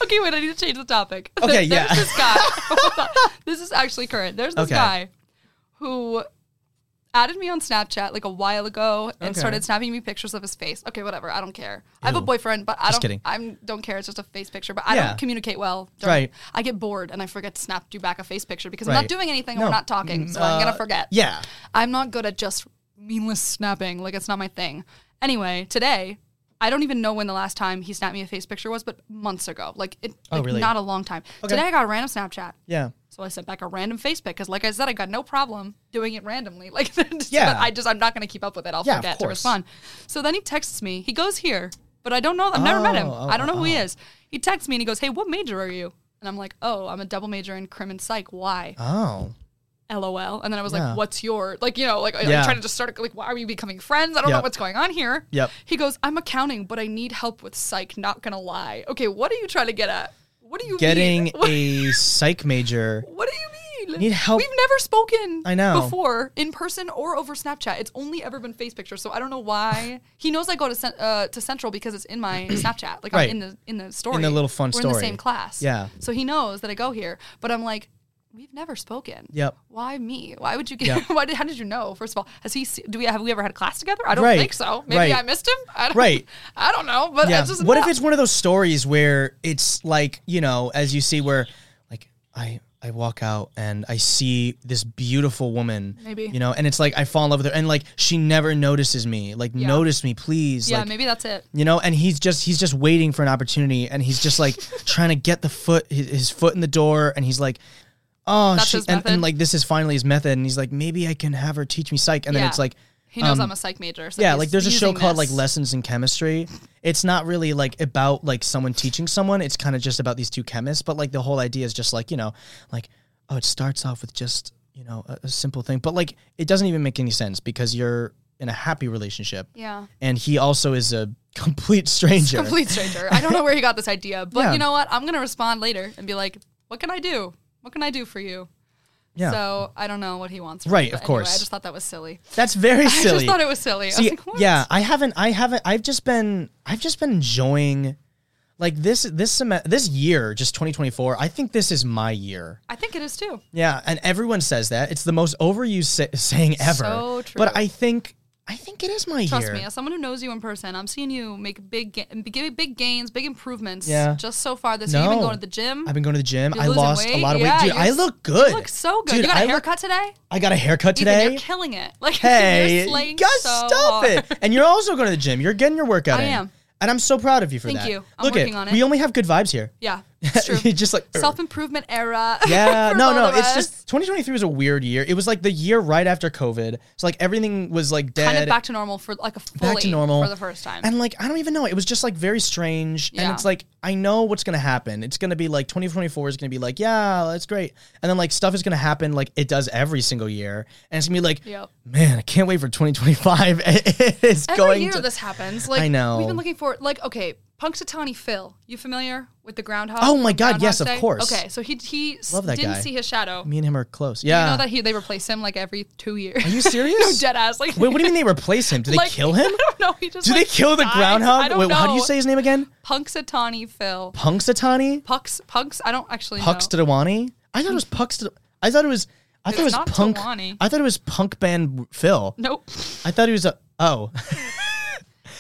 Okay, wait. I need to change the topic.
Okay,
There's
yeah.
this guy. Hold on. this is actually current. There's this
Okay.
guy who added me on Snapchat like a while ago and
Okay.
started snapping me pictures of his face. Okay, whatever. I don't care. I have a
Ew.
boyfriend, but I don't.
kidding.
I don't care. It's just a face picture, but I
Yeah.
don't communicate well. during-
Right.
I get bored and I forget to snap you back a face picture because I'm
Right.
not doing anything.
No.
We're not talking, so I'm
Uh,
gonna forget.
Yeah.
I'm not good at just meaningless snapping. Like it's not my thing. Anyway, today I don't even know when the last time he snapped me a face picture was, but months ago. Like it,
Oh,
like,
really?
not a long time. Today I got a random Snapchat,
Yeah.
so I sent back a random face pic because, like I said, I got no problem doing it randomly. Like just,
Yeah.
but I just I'm not gonna keep up with it. I'll
Yeah, of
forget to
course.
respond. So then he texts me. He goes here, but I don't know. I've never met him.
Oh, oh,
I don't know who he
oh.
is. He texts me and he goes, "Hey, what major are you?" And I'm like, "Oh, I'm a double major in crim and psych. Why?"
Oh.
LOL. And then I was
Yeah.
like, what's your, like, you know, like, I'm
Yeah.
trying to just start, like, why are we becoming friends? I don't
Yep.
know what's going on here.
Yep.
He goes, I'm accounting, but I need help with psych, not gonna lie. Okay, what are you trying to get at? What do you
Getting
mean? What,
a psych major
what do you mean?
Need help.
We've never spoken
I know.
before in person or over Snapchat. It's only ever been face pictures. So I don't know why he knows I go to cen- uh, to Central because it's in my Snapchat. Like
Right.
I'm in the in the story.
In the little fun
We're in
story.
the same class.
Yeah.
So he knows that I go here, but I'm like we've never spoken.
Yep.
Why me? Why would you get
Yep.
why did, how did you know? First of all, has he se- do we have we ever had a class together? I don't
Right.
think so. Maybe
Right.
I missed him. I don't,
Right.
I don't know, but I
Yeah.
just
What if
no.
it's one of those stories where it's like, you know, as you see where like I I walk out and I see this beautiful woman.
Maybe.
You know, and it's like I fall in love with her and like she never notices me. Like notice me, please.
Yeah,
like,
maybe that's it.
you know and he's just he's just waiting for an opportunity and he's just like trying to get the foot his, his foot in the door and he's like oh
That's
she,
his
and, and
method?
like this is finally his method and he's like maybe i can have her teach me psych and then
Yeah.
it's like
He knows
Um,
I'm a psych major. So
yeah
he's
like there's a show
using
called like
this.
lessons in chemistry it's not really like about like someone teaching someone it's kind of just about these two chemists but like the whole idea is just like you know like oh it starts off with just you know a, a simple thing but like it doesn't even make any sense because you're in a happy relationship
Yeah.
and he also is a complete stranger
Complete stranger. I don't know where he got this idea, but
Yeah.
you know what? I'm gonna respond later and be like, "What can I do? What can I do for you?"
Yeah.
So I don't know what he wants. From
Right,
me, but
of course.
Anyway, I just thought that was silly.
That's very
I just
silly.
thought it was silly. I was
See,
like, what?
yeah, I haven't, I haven't, I've just been, I've just been enjoying, like this, this semester, this year, just 2024. I think this is my year.
I think it is too.
Yeah, and everyone says that it's the most overused sa- saying ever.
So true.
But I think, I think it is my
Trust
year.
me, as someone who knows you in person, I'm seeing you make big, ga- big, big gains, big improvements.
Yeah.
Just so far this year, you've
No.
been going to the gym.
I've been going to the gym.
You're
I
losing
lost a
weight?
lot of weight,
Yeah,
dude.
you're
I
s-
look good.
you look so good.
Dude,
you got a
I look-
haircut today.
I got a haircut
Ethan,
today.
you're killing it. Like,
hey,
you're slaying
guys,
so
stop
hard.
it! And you're also going to the gym. You're getting your workout
I
in.
am.
and I'm so proud of you for
Thank
that.
you. I'm
Look
working
at,
on it.
We only have good vibes here.
Yeah, it's true.
You're just like "Ugh."
Self improvement era.
Yeah,
for
no,
both
no.
of
It's
us.
just 2023 was a weird year. It was like the year right after COVID. So like everything was like dead.
kind of back to normal for like a fully
to normal.
for the first time.
and like I don't even know. It was just like very strange. And
Yeah.
it's like I know what's gonna happen. It's gonna be like 2024 is gonna be like yeah, that's great. And then like stuff is gonna happen like it does every single year. And it's gonna be like
Yep.
man, I can't wait for 2025. it's
Every
going
year
to
this happens. Like
I know.
we've been looking for like okay, Punxsutawney Phil. You familiar with the groundhog?
Oh my God,
from Groundhog's
yes, of
Day?
course.
Okay, so he he s-
Love that
didn't
guy.
see his shadow.
me and him are close.
You
Yeah.
know that he they replace him like every two years.
Are you serious?
Dead ass. Like
Wait, what do you mean they replace him? Do they
like,
kill him?
I don't know. He just
Do they
like,
kill the
dies.
groundhog?
I don't
Wait,
know.
how do you say his name again?
Punxsutawney Phil?
Punxsutawney?
Pucks Punks. I don't actually know.
Puxtadawani? I thought it was Puxtad. I thought it was. I thought
It's
it was
not
punk.
Tawani.
I thought it was punk band Phil.
Nope.
I thought it was a oh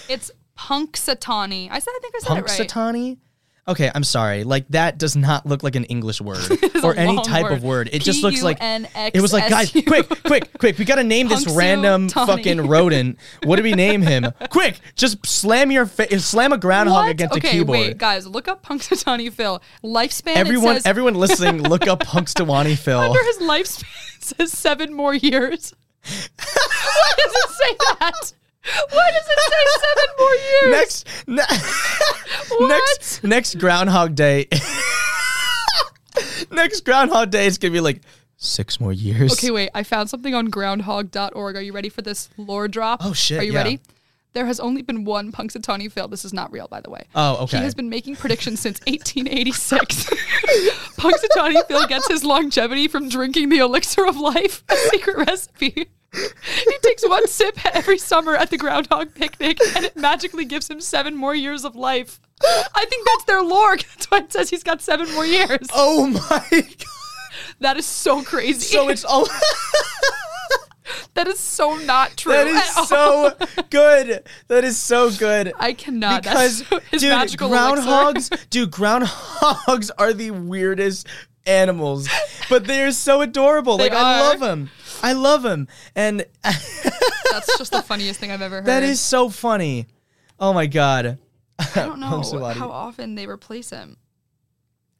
It's Punxsutawney. I said I think I said it right.
Punxsutawney. Okay, I'm sorry. Like that does not look like an English word
is
or
a
any
long
type
word.
of word. It just looks like it was like guys,
P U N X S U.
quick, quick, quick. We gotta name this
Punxsutawney.
random fucking rodent. What do we name him? quick, just slam your fa- slam a groundhog
What?
against
okay,
a keyboard.
wait, guys, look up Punxsutawney Phil. Lifespan.
Everyone,
it says,
everyone listening, look up Punxsutawney Phil.
under his lifespan it says seven more years. Why does it say that? Why does it say seven more
next
years?
ne-
What?
next next groundhog day next groundhog day is gonna be like six more years
Okay, wait. I found something on groundhog.org. Are you ready for this lore drop?
Oh, shit,
Are you
yeah.
ready? There has only been one Punxsutawney Phil. This is not real, by the way.
Oh, okay.
He has been making predictions since 1886. Punxsutawney Phil gets his longevity from drinking the elixir of life, a secret recipe. he takes one sip every summer at the groundhog picnic, and it magically gives him seven more years of life. I think that's their lore. That's why it says he's got seven more years.
oh my god
That is so crazy.
so it's all
That is so not true.
that
at all.
is so good that is so good
I cannot.
because
That's so- his
dude
magical
groundhogs
elixir.
dude groundhogs are the weirdest animals but they're so adorable like i
are.
love them i love them and
That's just the funniest thing I've ever heard.
That is so funny. Oh my god.
I don't know
Punxsutawney.
how often they replace him.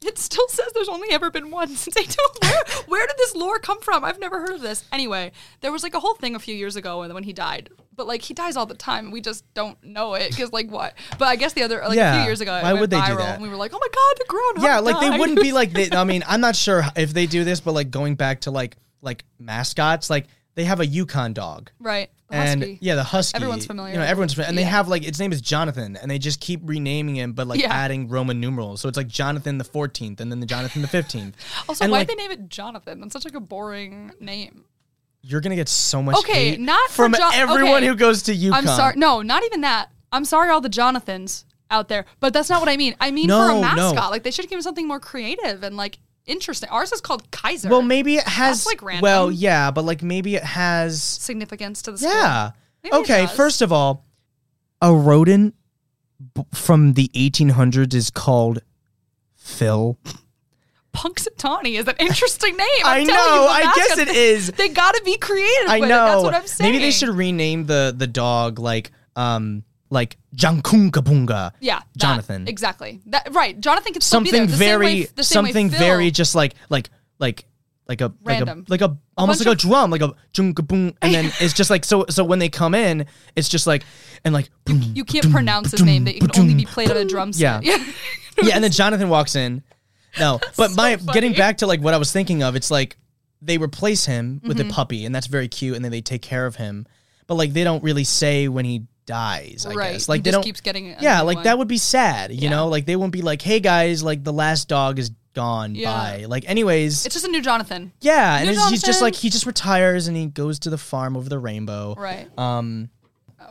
It still says there's only ever been one since 18. Where, where did this lore come from? I've never heard of this. Anyway, there was like a whole thing a few years ago when, when he died, but like he dies all the time. and We just don't know it because like what? But I guess the other like a
Yeah.
few years ago, it
Why
went
would they do
viral
that?
And we were like, oh my god, the groundhog.
Yeah, like they
died."
wouldn't be like they, I mean, I'm not sure if they do this, but like going back to like like mascots, like they have a Yukon dog.
right? The
and
husky.
yeah, the husky.
Everyone's familiar
You know,
with
everyone's familiar. And they
Yeah.
have like its name is Jonathan, and they just keep renaming him, but like
Yeah.
adding Roman numerals. So it's like Jonathan the fourteenth, and then the Jonathan the fifteenth.
Also,
and
why
like-
would they name it Jonathan? That's such like a boring name.
You're gonna get so much
Okay,
hate
not for
from
Jo-
everyone
okay.
who goes to UConn.
I'm sorry. No, not even that. I'm sorry, all the Jonathans out there, but that's not what I mean. I mean for
No, no.
a mascot, like they should give him something more creative and like interesting. Ours is called Kaiser.
Well, maybe it has.
like, random.
Well, yeah, but like maybe it has.
significance to the school.
Yeah.
Maybe it
okay.
does.
First of all, a rodent b- from the 1800s is called Phil.
Punxsutawney is an interesting name. I'm
I
telling
know,
You, the
I
mascot-
guess it is.
They gotta be creative.
I know.
with It. That's what I'm saying.
Maybe they should rename the the dog like um like Jankunka Bunga.
Yeah, that.
Jonathan.
exactly. That right. Jonathan could still be there.
Something
The
very
same way, the same way
something
Phil-
very just like like like like a
Random.
like a like a almost
bunch
like a
of-
drum like a junka boom and then it's just like so so when they come in it's just like and like boom,
You can't pronounce his name. That it can only be played on a drum
Yeah.
set. Yeah.
yeah, and then Jonathan walks in. No, but
so
my getting
funny.
back to like what I was thinking of, it's like they replace him with
Mm-hmm.
a puppy, and that's very cute, and then they take care of him, but like they don't really say when he dies. I
right.
guess like
he
they
just
don't.
keeps getting. a
yeah,
new
like
one.
that would be sad, you
Yeah.
know. Like they won't be like, "Hey guys, like the last dog is gone."
Yeah.
Bye. Like, anyways,
It's just a new Jonathan.
yeah, and
New
it's, he's just
Jonathan.
like he just retires and he goes to the farm over the rainbow.
Right. Oh,
Um.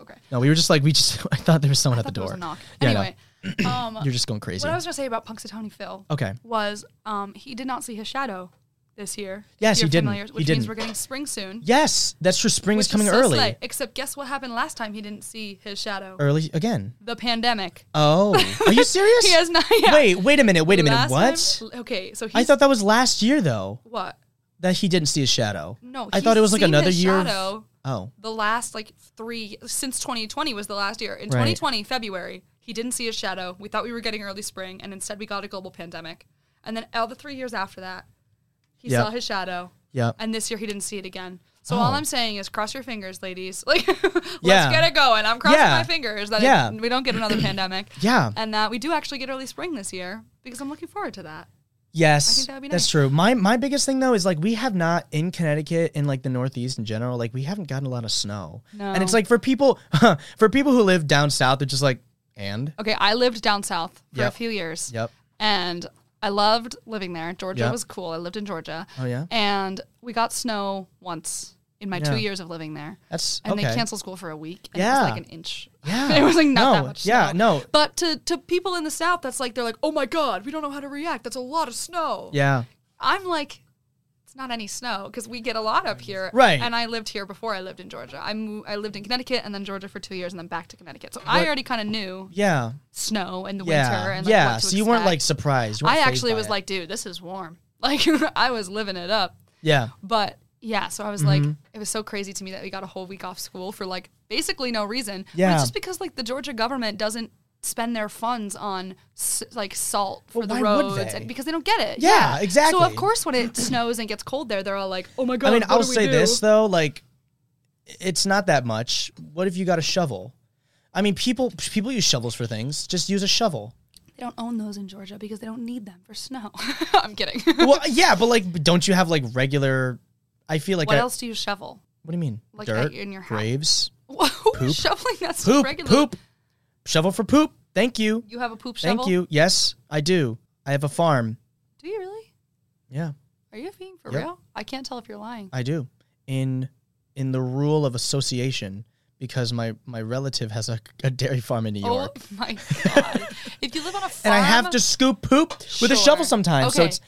okay.
No, we were just like we just. I thought there was someone at the
Thought there was
door.
a knock.
Yeah, no.
anyway, um,
You're just going crazy.
what I was gonna say about Punxsutawney Phil
okay.
was um, he did not see his shadow this year.
Yes,
If
he
you're
didn't.
familiar,
He
Which means
didn't.
we're getting spring soon.
Yes, that's true. Spring
which
is coming
so
early. Er,
slay. Except guess what happened last time he didn't see his shadow?
Early again.
the pandemic.
Oh, are you serious?
He has not. Yeah.
Wait, wait a minute. Wait a minute.
Last
what?
time- okay, so he's,
I thought that was last year though
what?
that he didn't see his shadow.
No,
I thought it
he's
was like
seen
another
his
year. of-
Shadow
Oh,
the last like three since 2020 was the last year. In
Right.
2020 February, he didn't see his shadow. We thought we were getting early spring, and instead we got a global pandemic. And then all the three years after that, he
Yep.
saw his shadow.
yeah.
And this year he didn't see it again. So
Oh.
all I'm saying is cross your fingers, ladies. Like let's
Yeah.
get it going. I'm crossing
Yeah.
my fingers that
Yeah.
it, we don't get another pandemic.
Yeah.
And that we do actually get early spring this year because I'm looking forward to that.
Yes.
I think that would be
That's
nice.
true. My my biggest thing though is like we have not in Connecticut in like the Northeast in general, like we haven't gotten a lot of snow. And it's
No.
like for people for people who live down south, they're just like, and?
Okay, I lived down south for
Yep.
a few years.
Yep.
and I loved living there. Georgia
Yeah.
was cool. I lived in Georgia.
Oh, yeah?
And we got snow once in my
Yeah.
two years of living there.
That's
And
okay.
they canceled school for a week. And
Yeah.
It was like an inch.
Yeah.
it was like not
No.
that much.
Yeah,
snow.
no.
But to, to people in the South, that's like, they're like, oh my God, we don't know how to react. That's a lot of snow.
Yeah.
I'm like, it's not any snow because we get a lot up here.
Right.
And I lived here before I lived in Georgia. I, mo- I lived in Connecticut and then Georgia for two years and then back to Connecticut. So I
What-
already kind of knew
Yeah.
snow and the
Yeah.
winter and like,
yeah.
what to
so you weren't
expect.
like surprised. You weren't
I
fazed
actually
by
was
it.
like, dude, this is warm. Like I was living it up.
Yeah.
But yeah, so I was
Mm-hmm.
like, it was so crazy to me that we got a whole week off school for like basically no reason. But
Yeah.
it's just because like the Georgia government doesn't spend their funds on s- like salt for
Well,
the
why would
roads
they?
and- because they don't get it.
Yeah, exactly.
So of course, when it snows and gets cold there, they're all like, oh my god.
I mean,
what
I'll
do we
say
do?
this though, like it's not that much. What if you got a shovel? I mean, people people use shovels for things. Just use a shovel.
They don't own those in Georgia because they don't need them for snow. I'm kidding.
well, yeah, but like, don't you have like regular? I feel like
what
I-
else do you shovel?
What do you mean?
Like,
Dirt
at- in your house?
graves,
Shoveling that's
poop,
regular.
poop, shovel for poop. Thank you,
You have a poop shovel.
thank you. Yes, I do. I have a farm.
Do you really?
Yeah,
Are you being for
Yep.
real? I can't tell if you're lying.
I do. In in the rule of association, because my my relative has a, a dairy farm in New York.
Oh my god! if you live on a farm,
and I have to scoop poop with a
Sure.
shovel sometimes. So
Okay.
it's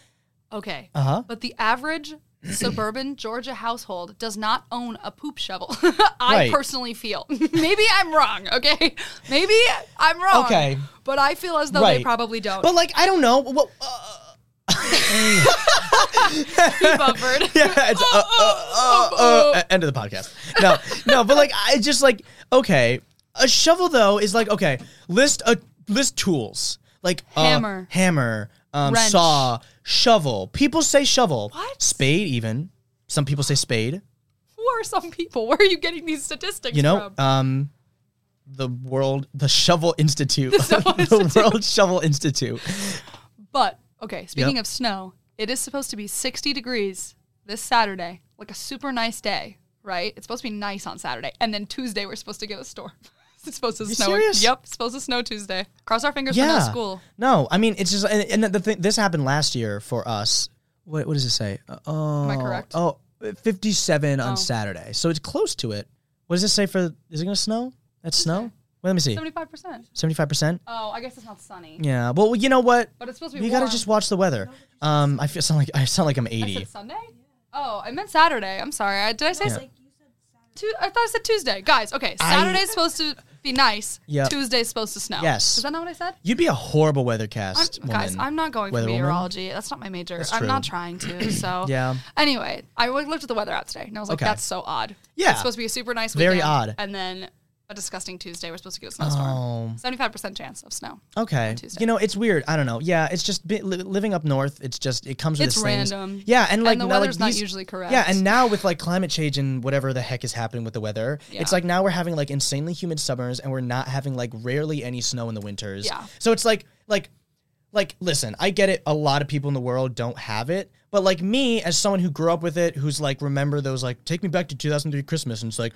Okay,
uh huh.
but the average suburban Georgia household does not own a poop shovel. I
Right.
personally feel. Maybe I'm wrong. Okay, maybe I'm wrong.
Okay.
but I feel as though
Right.
they probably don't.
But like I don't know. What,
He buffered.
yeah, it's uh, uh, uh, uh, uh, end of the podcast. No, no, but like I just like okay, a shovel though is like okay, list a list tools like uh,
Hammer.
hammer, um,
Wrench.
saw, shovel. People say shovel.
What?
Spade even. Some people say spade.
Who are some people? Where are you getting these statistics?
You know,
from?
um, the world, the Shovel Institute, the,
Shovel Institute.
World Shovel Institute.
But okay, speaking
Yep.
of snow, it is supposed to be 60 degrees this Saturday, like a super nice day. right? It's supposed to be nice on Saturday, and then Tuesday we're supposed to get a storm. it's supposed to
You
snow.
serious?
Yep, it's supposed to snow Tuesday. Cross our fingers for
Yeah.
no school.
No, I mean it's just and, and the thing, this happened last year for us. What what does it say? Uh, oh,
I correct?
Oh, 57
Oh.
on Saturday. So it's close to it. What does it say for is it going to snow? That's snow? Wait, let me see.
Seventy-five percent.
75%?
Oh, I guess it's not sunny,
Yeah. Well, you know what?
but it's supposed to be.
You got to
warm.
just watch the weather. Um I feel sound like I sound like I'm
I
80.
said Sunday. Oh, I meant Saturday. I'm sorry. I, did I say? s- Tu- I thought I said Tuesday. Guys, okay.
I-
Saturday's supposed to be nice.
Yeah.
Tuesday's supposed to snow.
Yes.
Is that not what I said?
You'd be a horrible weathercast
I'm-
woman.
guys, I'm not going for
Weather woman?
meteorology. That's not my major.
That's
I'm
true.
not trying to. So
Yeah.
Anyway, I w- looked at the weather out today, and I was like,
Okay.
"That's so odd."
Yeah.
It's supposed to be a super nice,
Very
weekend,
odd.
and then a disgusting Tuesday. We're supposed to get a snowstorm.
Oh.
Seventy-five percent chance of snow.
Okay.
Tuesday.
You know, it's weird. I don't know. Yeah, it's just bi- li- living up north, it's just it comes with
It's
its things.
random.
Yeah, and like
and the
now, like,
weather's not
these-
usually correct.
Yeah, and now with like climate change and whatever the heck is happening with the weather,
Yeah.
it's like now we're having like insanely humid summers and we're not having like rarely any snow in the winters.
Yeah.
So it's like like like listen, I get it a lot of people in the world don't have it, but like me as someone who grew up with it who's like remember those like take me back to 2003 Christmas and it's like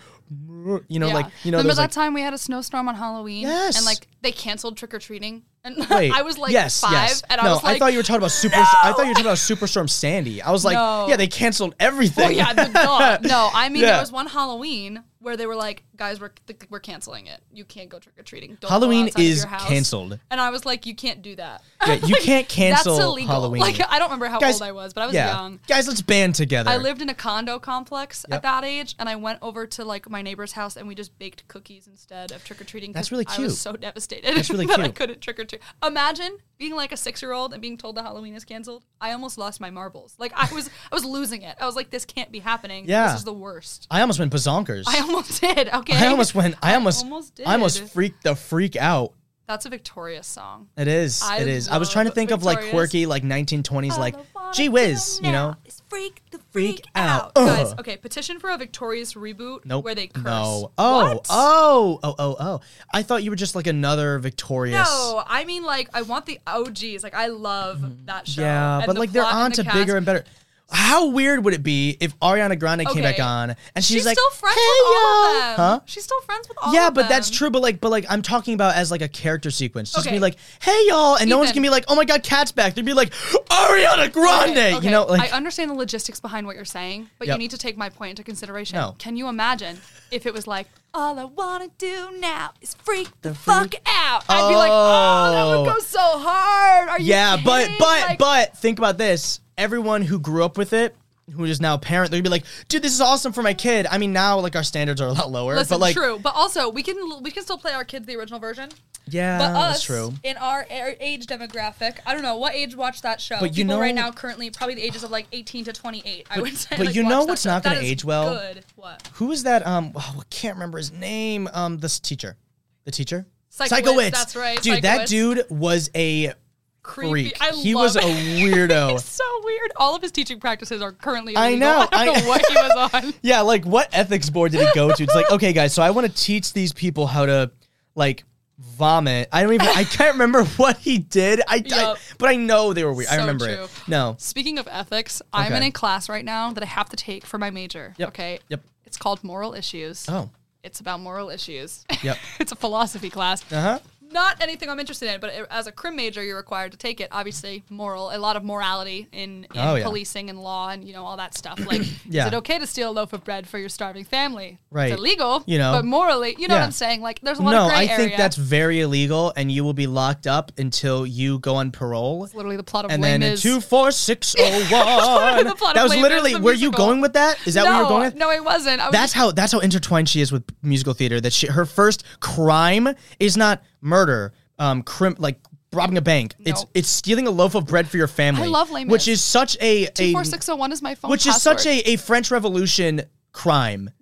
you know
Yeah.
like you know
remember
those
that
like
time we had a snowstorm on Halloween?
Yes.
And like they canceled trick or treating, and
Wait,
I was like
yes,
five,
yes.
and I
no,
was like,
I thought you were talking about super. I thought you were talking about Superstorm Sandy. I was like,
No.
yeah, they canceled everything.
"Oh yeah, the dog." No, I mean there
Yeah.
was one Halloween where they were like, "Guys, we're th- we're canceling it. You can't go trick or treating.
Halloween is
your house.
canceled.
And I was like, "You can't do that.
Yeah, you can't cancel
That's illegal.
Halloween.
Like I don't remember how
Guys,
old I was, but I was
yeah,
young.
guys, let's band together.
I lived in a condo complex at
Yep.
that age, and I went over to like my neighbor's house, and we just baked cookies instead of trick or treating.
That's really
I
cute.
was so devastated.
That's really
that I
cute.
couldn't trick or treat. Imagine being like a six year old and being told that Halloween is canceled. I almost lost my marbles. Like I was, I was losing it. I was like, this can't be happening.
Yeah.
this is the worst.
I almost went bazonkers.
I almost did. Okay,
I almost went. I almost.
almost
I almost
did.
freaked the freak out.
That's a Victorious song.
It is.
I
it is. I was trying to
love
think of like
Victoria's.
quirky, like 1920s, like gee whiz, you know.
It's freak the
Freak
freak out,
out. Uh.
guys.
Ugh.
Okay, petition for a Victorious reboot
Nope.
where they curse.
No. Oh.
What?
Oh. Oh. Oh. Oh. I thought you were just like another victorious.
No, I mean like I want the OGs. Like I love that
Mm-hmm.
show.
Yeah,
and
but
the
like they're
plot
on
and the
to
cast.
bigger and better. How weird would it be if Ariana Grande came back
Okay.
on and she's,
She's
like,
still friends
"Hey
with all
yo,"
of them.
huh?
She's still friends with all.
yeah,
of
but that's
them.
true. But like, but like, I'm talking about as like a character sequence. Just
Okay.
be like, "Hey y'all," and no one's
Ethan.
gonna be like, "Oh my god, Cat's back." They'd be like, "Ariana Grande,"
Okay, okay.
you know, like
I understand the logistics behind what you're saying, but you
Yep.
need to take my point into consideration.
No.
Can you imagine if it was like, "Oh, all I wanna do now is freak the,
freak-
fuck out? I'd be like, oh, that would
Oh.
go so hard. Are you
yeah. But
kidding?"
but
Like,
but think about this: everyone who grew up with it. Who is now a parent? They'd be like, "Dude, this is awesome for my kid." I mean, now like our standards are a lot lower,
Listen,
but like,
true. But also, we can we can still play our kids the original version.
yeah,
But us,
Oh, that's true.
in our a- age demographic, I don't know what age watched that show.
But you
People
know-
right now currently probably the ages of like 18 to 28. I would say.
but
like,
you know
watch that
what's
show.
not gonna
That is
age well?
Good. What?
Who is that? Um, oh, I can't remember his name. Um, this teacher, the teacher,
Psycho
Psycho
Witz,
Witz.
that's right,
dude.
Psycho
that
Witz.
dude was a
Creepy.
freak.
I
he
love
was a
it. He's
weirdo.
so weird. All of his teaching practices are currently.
I
illegal.
know,
I don't
I-
know what he was on.
yeah, like what ethics board did he go to? It's like, okay, guys, so I want to teach these people how to like vomit. I don't even. I can't remember what he did. I, I-
Yup.
but I know they were weird. I
So
remember
true.
it. No.
Speaking of ethics, I'm
Okay.
in a class right now that I have to take for my major.
Yep.
Okay.
Yep.
It's called moral issues.
Oh.
It's about moral issues.
Yep.
it's a philosophy class.
Uh huh.
not anything I'm interested in, but it- as a crim major, you're required to take it. Obviously, moral, a lot of morality in, in
Oh, yeah.
policing and law and you know all that stuff. Like,
Yeah.
is it okay to steal a loaf of bread for your starving family?
Right.
It's illegal,
You know.
but morally, you know what
Yeah.
I'm saying? Like, there's a lot
No,
of gray
I
area.
think that's very illegal, and you will be locked up until you go on parole.
It's literally the plot of
and
Lame
then
is.
two four six oh one.
The plot
That
of
was
Lame
literally.
is the
Were you
musical.
going with that? Is that
no,
where you were going? With?
no, it wasn't. I
That's
was that's
how that's how intertwined she is with musical theater. That she, her first crime is not murder, um, crim, like robbing a bank. It's
No.
it's stealing a loaf of bread for your family.
I love Les
which
Mis.
is such a, a
two four six zero one is my phone.
which is
password.
such a, a French Revolution crime.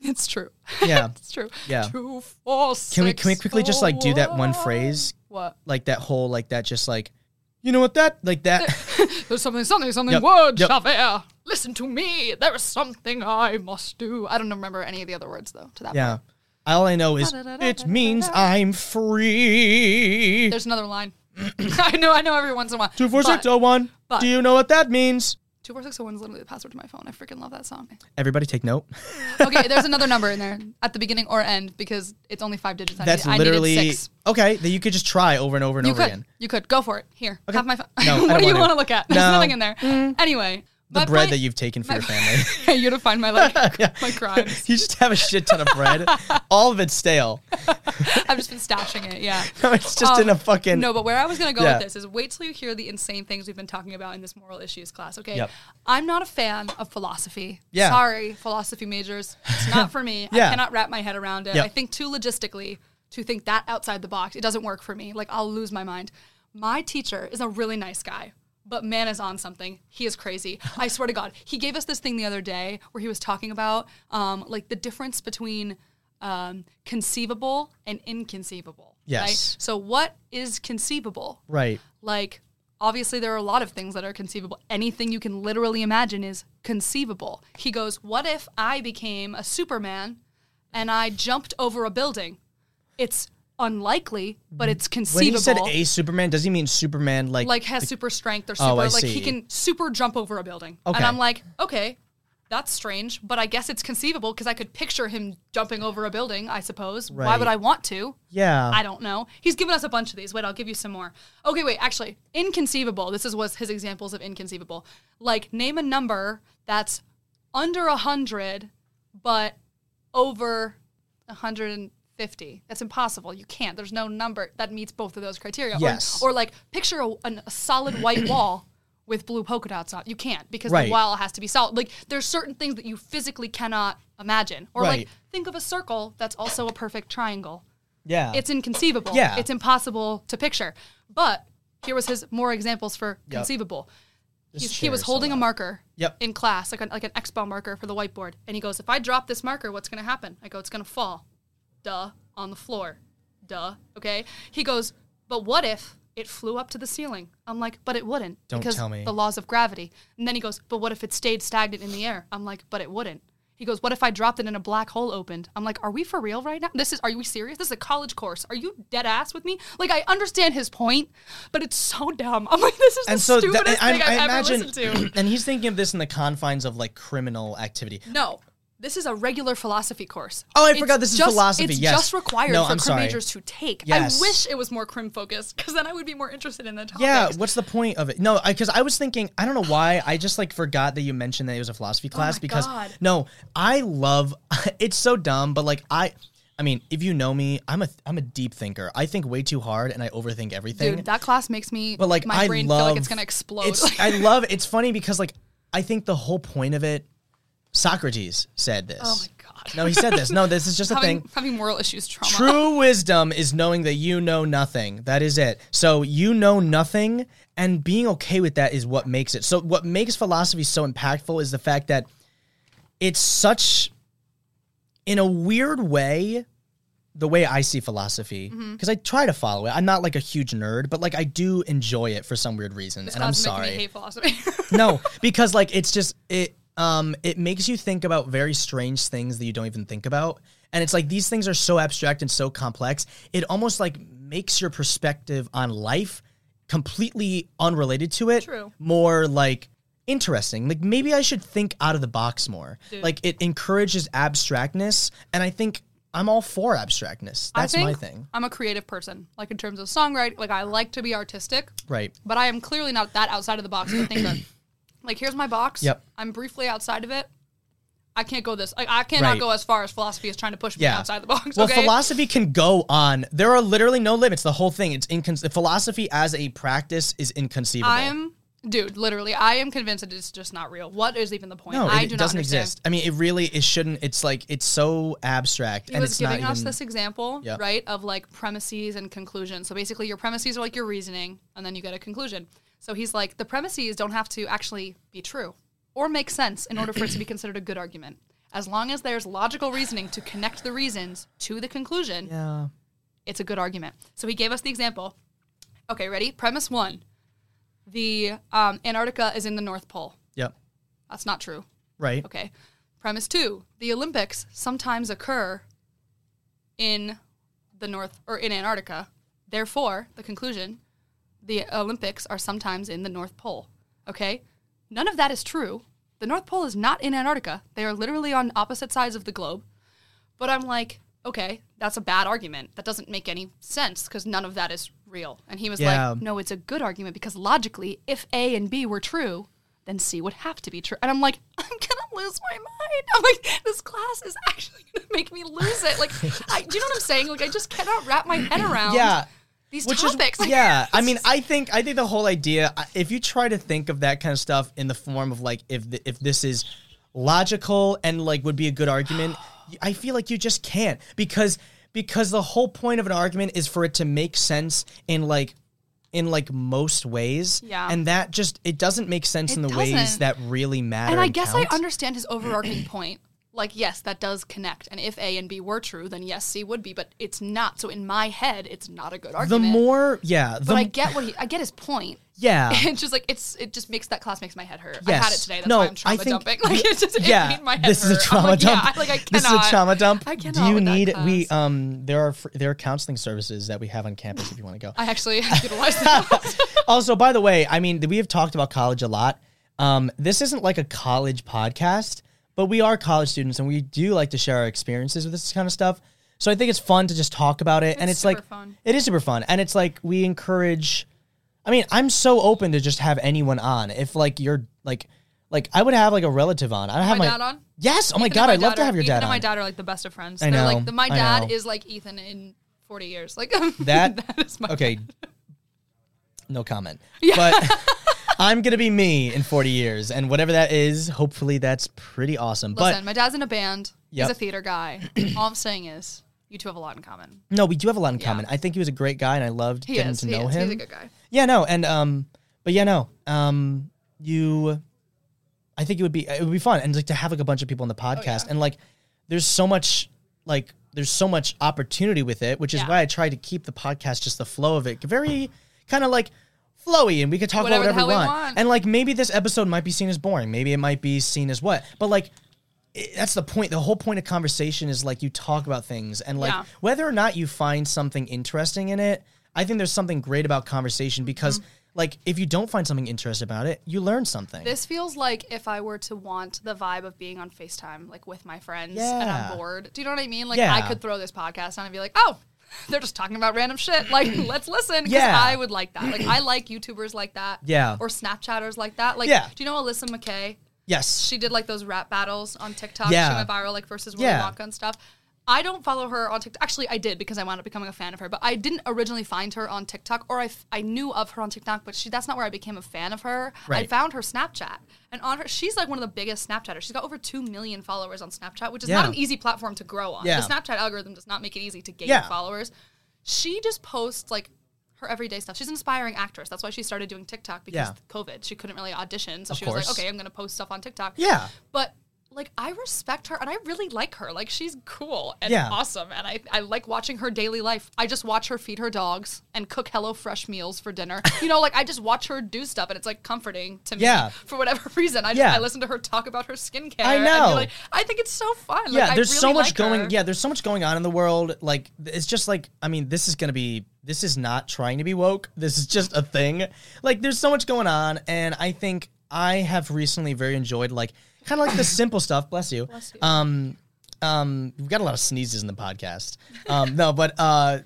It's true.
Yeah.
it's true.
Yeah.
Two four six.
Can we can we quickly just like do that one
oh,
phrase,
What?
like that whole like that just like, you know what that like that.
There's something, something, something.
Yep,
Word,
yep.
Javert. Listen to me. There is something I must do. I don't remember any of the other words though. To that.
yeah. All I know is it means I'm free.
There's another line. I know. I know. Every once in a while.
Two four six
But
oh one.
but-
Do you know what that means?
24601 is oh literally the password to my phone. I freaking love that song.
Everybody take note.
Okay, there's another number in there at the beginning or end because it's only five digits. I
That's
needed- I needed
literally
six.
okay. That you could just try over and over and
You
over
could.
again.
You could. Go for it. Here.
Okay.
Have my phone.
No, I
what
don't
do you
wanna.
want to look at? There's
No. Mm.
nothing in there. Anyway.
The bread that you've taken for
my
your family.
I unify my like
Yeah.
my crimes.
you just have a shit ton of bread. All of it's stale.
I've just been stashing it. Yeah.
it's just
Um,
in a fucking.
No, but where I was going to go
Yeah.
with this is wait till you hear the insane things we've been talking about in this moral issues class, okay?
Yep.
I'm not a fan of philosophy.
Yeah.
Sorry, philosophy majors. It's not for me.
Yeah.
I cannot wrap my head around it.
Yep.
I think too logistically to think that outside the box. It doesn't work for me. Like, I'll lose my mind. My teacher is a really nice guy. But man is on something. He is crazy. I swear to God. He gave us this thing the other day where he was talking about um, like the difference between um, conceivable and inconceivable.
Yes.
So what is conceivable?
Right.
Like obviously there are a lot of things that are conceivable. Anything you can literally imagine is conceivable. He goes, "What if I became a Superman and I jumped over a building?" It's unlikely, but it's
When
conceivable.
he said a Superman, does he mean Superman like?
like has super strength or super
Oh, I
like
see.
he can super jump over a building.
Okay.
And I'm like, "Okay, that's strange, but I guess it's conceivable because I could picture him jumping over a building, I suppose. Why
Right.
would I want to?"
yeah.
I don't know. He's given us a bunch of these. Wait, I'll give you some more. Okay, wait, actually, inconceivable. This is was his examples of inconceivable. Like name a number that's under 100 but over 150. That's impossible. You can't. There's no number that meets both of those criteria. Or-
Yes.
Or, like picture a, an, a solid white wall with blue polka dots on. You can't because
Right.
the wall has to be solid. Like there's certain things that you physically cannot imagine. Or
Right.
like think of a circle that's also a perfect triangle
yeah.
it's inconceivable.
Yeah.
It's impossible to picture. But here was his more examples for
Yep.
conceivable.
This
He's- he
chair
was
is so
holding a
loud.
marker
Yep.
in class, like an, like an Expo marker for the whiteboard. And he goes, If I drop this marker, what's going to happen? I go, It's going to fall. Duh. On the floor. Duh. Okay. He goes, But what if it flew up to the ceiling? I'm like, But it wouldn't.
Don't
because
tell me.
The laws of gravity. And then he goes, But what if it stayed stagnant in the air? I'm like, But it wouldn't. He goes, What if I dropped it and a black hole opened? I'm like, Are we for real right now? This is, are we serious? This is a college course. Are you dead ass with me? Like, I understand his point, but it's so dumb. I'm like, This is
and
the
so
stupidest
that, I,
thing I've
I
ever
imagine,
listened to.
and he's thinking of this in the confines of like criminal activity.
No. This is a regular philosophy course.
Oh, I
It's
forgot this is
just-
philosophy,
It's
yes.
just required
No,
for
I'm
crim
sorry.
majors to take.
Yes.
I wish it was more crim focused because then I would be more interested in the topic.
Yeah, what's the point of it? No, because I, was thinking, I don't know why, I just like forgot that you mentioned that it was a philosophy class
Oh my
because
God.
no, I love. It's so dumb, but like I, I mean, if you know me, I'm a I'm a deep thinker. I think way too hard and I overthink everything.
Dude, that class makes me.
but like
my
I
brain
love,
feel like it's gonna explode.
It's, I love. It's funny because like I think the whole point of it, Socrates said this.
oh my god.
No, he said this. No, this is just a
having,
thing.
having moral issues trauma.
True wisdom is knowing that you know nothing. That is it. So you know nothing, and being okay with that is what makes it. So what makes philosophy so impactful is the fact that it's such, in a weird way, the way I see philosophy. Because I try to follow it. I'm not like a huge nerd, but like I do enjoy it for some weird reason, and I'm
That's making
sorry
Me hate philosophy.
no, because like it's just it um it makes you think about very strange things that you don't even think about. And it's like these things are so abstract and so complex. It almost like makes your perspective on life completely unrelated to it.
True.
More like interesting. Like maybe I should think out of the box more. Like it encourages abstractness and I think I'm all for abstractness. That's
I think
my thing.
I'm a creative person. Like in terms of songwriting, like I like to be artistic.
Right.
but I am clearly not that outside of the box to think that, like, here's my box.
Yep.
I'm briefly outside of it. I can't go this. Like, I cannot
Right.
go as far as philosophy is trying to push me
Yeah.
outside the box.
Well,
okay.
philosophy can go on. There are literally no limits. The whole thing. It's inconceivable. Philosophy as a practice is inconceivable.
I am, dude. Literally, I am convinced that it's just not real. What is even the point?
no, it,
I
it
do not
doesn't
understand.
exist. I mean, it really it shouldn't. It's like it's so abstract
He
and
was
it's not
giving
even.
us this example,
Yep.
right, of like premises and conclusions. So basically, your premises are like your reasoning, and then you get a conclusion. So he's like, the premises don't have to actually be true or make sense in order for it to be considered a good argument. As long as there's logical reasoning to connect the reasons to the conclusion,
yeah.
it's a good argument. So he gave us the example. Okay, ready? Premise one the um, Antarctica is in the North Pole.
Yep.
That's not true.
Right.
Okay. Premise two: the Olympics sometimes occur in the North or in Antarctica. Therefore, the conclusion: the Olympics are sometimes in the North Pole. Okay. None of that is true. The North Pole is not in Antarctica. They are literally on opposite sides of the globe. But I'm like, okay, that's a bad argument. That doesn't make any sense because none of that is real. And he was
Yeah.
like, no, it's a good argument because logically, if A and B were true, then C would have to be true. And I'm like, I'm going to lose my mind. I'm like, this class is actually going to make me lose it. Like, I, do you know what I'm saying? Like, I just cannot wrap my head around
Yeah.
these topics.
Is, yeah, I mean, I think I think the whole idea. I- If you try to think of that kind of stuff in the form of like, if the, if this is logical and like would be a good argument, I feel like you just can't because because the whole point of an argument is for it to make sense in like in like most ways.
Yeah.
and that just it doesn't make sense in the ways
doesn't.
that really matter.
and I guess
count.
I understand his overarching point. Like, yes, that does connect. And if A and B were true, then yes, C would be, but it's not. So in my head, it's not a good
The
argument.
more, yeah, the
but I get what he, I get his point.
yeah.
It's just like it's it just makes that class makes my head hurt. I had it
Yes.
today. That's
No,
why I'm trauma
I think-
dumping. Like it's just it
yeah,
made my head
this
hurt.
is a trauma
I'm like,
dump.
Yeah, like I cannot.
This is a trauma dump.
I
Do
cannot
you
with that
need we
class.
um there are fr- there are counseling services that we have on campus if you want to go.
I actually utilized
Oh
that.
also, by the way, I mean we have talked about college a lot. Um, this isn't like a college podcast, but we are college students and we do like to share our experiences with this kind of stuff. So I think it's fun to just talk about it, and
It's
it's like
super fun.
it is super fun, and it's like we encourage. I mean, I'm so open to just have anyone on. If like you're like like I would have like a relative on. I have
my
my,
dad on?
Yes. Oh my
Ethan and
god, I'd
my
love
daughter-
to have your
Ethan
dad
and my
on.
dad are like the best of friends.
I
They're
know,
like the, my
I
dad
know.
is like Ethan in 40 years. Like
That-
that is my
Okay. No comment.
Yeah.
But I'm gonna be me in 40 years, and whatever that is, hopefully that's pretty awesome.
Listen, my dad's in a band.
Yep.
He's a theater guy. All I'm saying is, you two have a lot in common.
but no, we do have a lot in common. I think he was a great guy, and I loved
He
getting
is.
to
he
know
is.
him.
He's a good guy.
Yeah, no, and um, but yeah, no, um, you, I think it would be it would be fun, and like to have like a bunch of people on
Oh,
the podcast, and like, there's so much like there's so much opportunity with it, which is
Yeah.
why I try to keep the podcast just the flow of it very kind of like flowy, and we could talk
Whatever the
about whatever we
hell we
want.
want.
and like maybe this episode might be seen as boring, maybe it might be seen as what, but like. i- That's the point. The whole point of conversation is like you talk about things and like
Yeah.
whether or not you find something interesting in it, I think there's something great about conversation
Mm-hmm.
because like if you don't find something interesting about it, you learn something.
This feels like if I were to want the vibe of being on FaceTime, like with my friends, and
Yeah.
I'm bored. Do you know what I mean? Like, I
Yeah.
could throw this podcast on and be like, oh, they're just talking about random shit. Like, let's listen. Because
Yeah.
I would like that. Like, I like YouTubers like that.
Yeah.
Or Snapchatters like that. Like,
Yeah.
do you know Alyssa McKay?
yes.
she did like those rap battles on TikTok.
Yeah.
She went viral like versus Willy
Yeah.
Wonka and stuff. I don't follow her on TikTok. Actually, I did because I wound up becoming a fan of her. But I didn't originally find her on TikTok, or I, f- I knew of her on TikTok, but she that's not where I became a fan of her. I
Right.
found her Snapchat, and on her she's like one of the biggest Snapchatters. She's got over two million followers on Snapchat, which is not
Yeah.
an easy platform to grow on.
Yeah.
The Snapchat algorithm does not make it easy to gain
Yeah.
followers. She just posts like her everyday stuff. She's an inspiring actress. That's why she started doing TikTok because
Yeah.
COVID. She couldn't really audition, so
Of
she was
course.
like, okay, I'm going to post stuff on TikTok.
yeah.
But like I respect her and I really like her. Like she's cool and
Yeah.
awesome and I, I like watching her daily life. I just watch her feed her dogs and cook hello fresh meals for dinner. You know, like I just watch her do stuff and it's like comforting to me
Yeah.
for whatever reason. I just,
Yeah.
I listen to her talk about her skincare.
I
and
know.
be like, I think it's so fun. Like,
yeah,
I
there's so
really
much
like
going.
her.
Yeah, there's so much going on in the world. Like th- it's just like I mean, this is gonna be. This is not trying to be woke. This is just a thing. Like there's so much going on, and I think I have recently very enjoyed like kind of like the simple stuff. Bless you. Bless
you.
Um, um, we've got a lot of sneezes in the podcast. Um, no, but uh.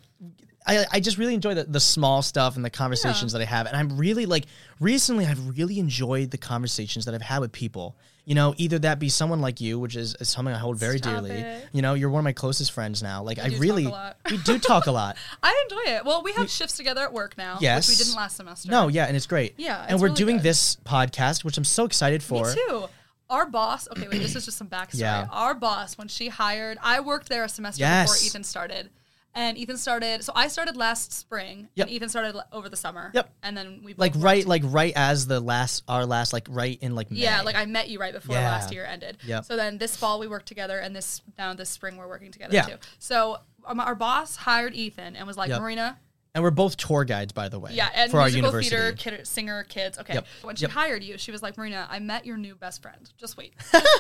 I, I just really enjoy the, the small stuff and the conversations that I have. And I'm really like, recently, I've really enjoyed the conversations that I've had with people. You know, either that be someone like you, which is, is something I hold very
Stop
dearly.
it.
You know, you're one of my closest friends now. Like, I
do talk
really,
a lot.
we do talk a lot.
I enjoy it. Well, we have shifts together at work now,
Yes.
which we didn't last semester.
No, yeah, and it's great.
Yeah,
and
it's
we're
really
doing
good.
this podcast, which I'm so excited for.
Me too. Our boss, okay, wait, this is just some backstory.
Yeah.
Our boss, when she hired, I worked there a semester
Yes.
before Ethan started. And Ethan started, so I started last spring,
Yep.
and Ethan started l- over the summer.
Yep.
And then we both
Like
worked.
right, like right as the last, our last, like right in like May.
Yeah, like I met you right before
Yeah.
last year ended.
Yep.
So then this fall we worked together, and this now this spring we're working together
Yeah.
too. So um, our boss hired Ethan and was like,
Yep.
Marina,
and we're both tour guides, by the way.
Yeah, and
for our
musical
university.
theater kid, singer kids. Okay.
Yep.
When she
Yep.
hired you, she was like, Marina, I met your new best friend. Just wait.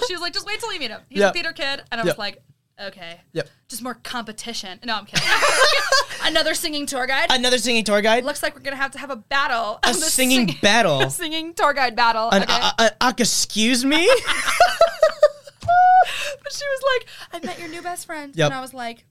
she was like, just wait till you meet him. He's
Yep.
a theater kid. And
Yep.
I was like, okay.
Yep.
Just more competition. No, I'm kidding. Another singing tour guide.
Another singing tour guide.
Looks like we're gonna have to have a battle.
a singing battle.
singing tour guide battle.
An,
okay.
uh, uh, uh, excuse me.
but she was like, "I met your new best friend,"
Yep.
and I was like,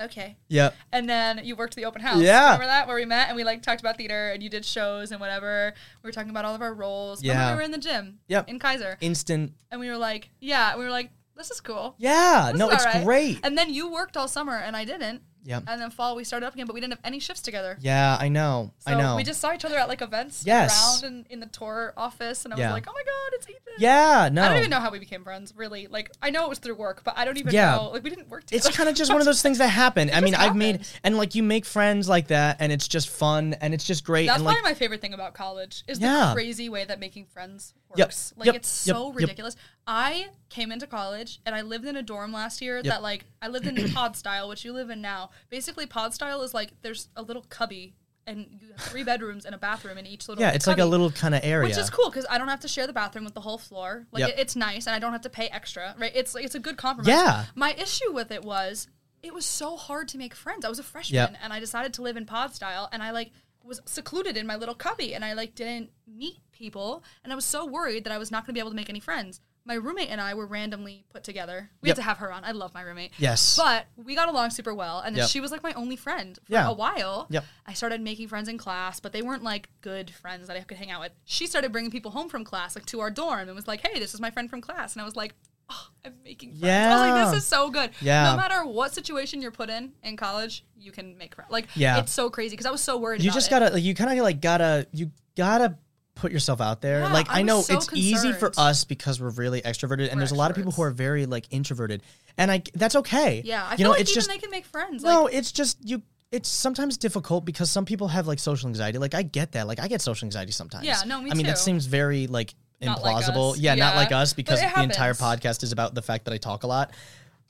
"Okay."
yep.
And then you worked the open house.
Yeah.
Remember that where we met and we like talked about theater and you did shows and whatever. We were talking about all of our roles. Remember
Yeah.
we were in the gym.
Yep.
In Kaiser.
Instant.
And we were like, yeah. And we were like, this is cool.
Yeah.
This
no,
is
it's
alright.
great.
And then you worked all summer and I didn't.
Yep.
And then fall we started up again, but we didn't have any shifts together.
Yeah, I know.
So
I know.
we just saw each other at like events
Yes.
around and in the tour office and I
Yeah.
was like, Oh my god, it's Ethan.
yeah, no.
I don't even know how we became friends, really. Like I know it was through work, but I don't even
Yeah.
know. Like we didn't work together.
It's kind of just one of those things that happen. I mean,
just
I've made
happened.
and like you make friends like that, and it's just fun and it's just great.
That's
and like
probably my favorite thing about college is the
Yeah.
crazy way that making friends
Yep,
works. Like
yep,
it's
yep,
so
yep.
ridiculous. I came into college and I lived in a dorm last year that like I lived in pod style, which you live in now. Basically, pod style is like there's a little cubby and you have three bedrooms and a bathroom in each little
yeah, it's like a
cubby,
little kind of area.
Which is cool because I don't have to share the bathroom with the whole floor. Like
Yep.
it- it's nice, and I don't have to pay extra. Right? It's like, it's a good compromise.
Yeah.
My issue with it was it was so hard to make friends. I was a freshman,
Yep.
and I decided to live in pod style, and I like was secluded in my little cubby, and I like didn't meet people, and I was so worried that I was not going to be able to make any friends. My roommate and I were randomly put together. We
Yep.
had to have her on. I love my roommate.
Yes.
But we got along super well, and then
Yep.
she was like my only friend for
Yeah.
a while.
Yep.
I started making friends in class, but they weren't like good friends that I could hang out with. She started bringing people home from class, like to our dorm, and was like, "Hey, this is my friend from class," and I was like. Oh, I'm making friends. I was like,
Yeah.
this is so good.
Yeah.
No matter what situation you're put in in college, you can make friends. Like,
Yeah.
it's so crazy because I was so worried.
you
about
just
it.
gotta like, you kind of like gotta you gotta put yourself out there
Yeah,
like i,
I was
know
so
it's easy for
concerned.
us because we're really extroverted and
We're
there's a lot of people who
extroverts.
are very like introverted and i that's okay
Yeah, I
you
feel
know
like
it's
even
just
they can make friends.
no
like,
it's just you it's sometimes difficult because some people have like social anxiety like i get that like i get social anxiety sometimes
Yeah, no, me
i mean that
too.
seems very like
Not like
implausible
us.
yeah, not
Yeah.
like us
But
because
it
the entire
happens.
podcast is about the fact that i talk a lot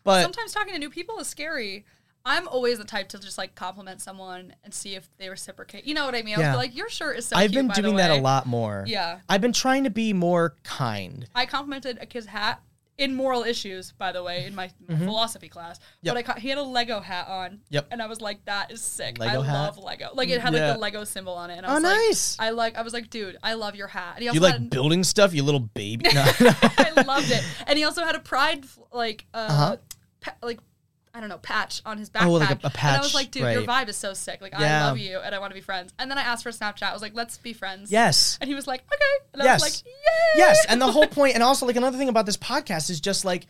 but
sometimes talking to new people is scary. I'm always the type to just like compliment someone and see if they reciprocate. You know what I mean?
Yeah.
I'll be like, your shirt is so
i've
cute,
been
by the
doing that a
way."
lot more
Yeah.
i've been trying to be more kind
I complimented a kid's hat in moral issues, by the way, in my philosophy class.
Mm-hmm. Yep.
But I co- he had a Lego hat on.
Yep.
And I was like, that is sick.
Lego
I
hat?
love Lego. Like it had
Yeah.
like the Lego symbol on it. And I
Oh,
was like,
nice.
I like I was like, dude, I love your hat. And he also
you like
had an-
building stuff you little baby No, no.
I loved it. And he also had a pride f- like uh
Uh-huh.
pa- like I don't know, patch on his backpack.
Oh, like a- a
And I
patch,
was like, dude, your vibe is so sick. Like
Yeah.
I love you and I want to be friends. And then I asked for Snapchat. I was like, let's be friends.
yes
And he was like, okay. And I
Yes.
was like, yay.
yes and the whole point and also like another thing about this podcast is just like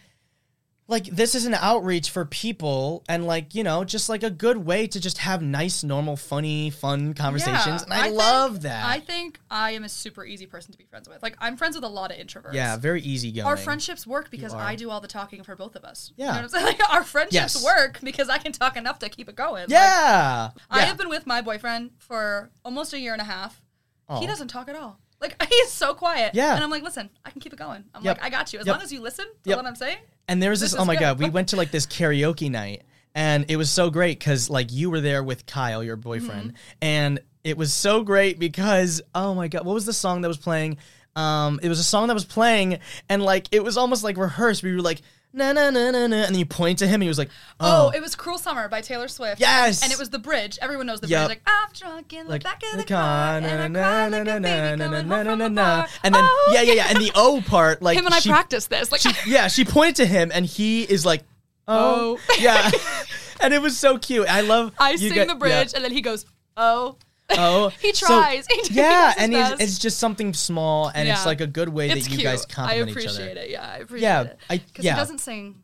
like this is an outreach for people and like you know just like a good way to just have nice normal funny fun conversations
Yeah,
and i,
think-
love that
I think I am a super easy person to be friends with. Like I'm friends with a lot of introverts.
yeah very easy going
Our friendships work because
are.
I do all the talking for both of us. You
Yeah.
know what I'm saying? Like, our friendships
Yes.
work because I can talk enough to keep it going. Like,
yeah
I
Yeah.
have been with my boyfriend for almost a year and a half. He
Oh.
doesn't talk at all. Like he's so quiet.
Yeah.
And I'm like, listen, I can keep it going. I'm
Yep.
like, I got you. As
Yep.
long as you listen to
Yep.
what I'm saying.
And there was
This
this,
is
oh my
good.
god, we went to like this karaoke night and it was so great cuz like you were there with Kyle, your boyfriend,
Mm-hmm.
and it was so great because oh my god, what was the song that was playing? Um it was a song that was playing and like it was almost like rehearsed. We were like na na na na na and then you point to him and he was like,
Oh.
"Oh,
it was Cruel Summer by Taylor Swift.
Yes.
And it was the bridge. Everyone knows the
Yep.
bridge. Like, I'm drunk in the
like
back of
the
the car.
na-
And I
na-
cried like
na-
a
na- na-
baby coming
na-
home
na-
from the
na- na."
bar.
And then
Oh,
yeah, yeah, yeah, and the O part like
Him and I
she
practiced this. Like,
yeah, she pointed to him, and he is like, "Oh, yeah," and it was so cute. I love.
I
you
sing
get-
the
yeah.
bridge, and then he goes, "Oh,
Oh,
He
So,
tries. He does
yeah,
his
and he's,
best.
it's just something small, and
Yeah.
it's like a good way
it's
that you
cute."
guys compliment
I appreciate
each other.
it. Yeah, I appreciate
Yeah,
it.
I-
he
yeah.
doesn't sing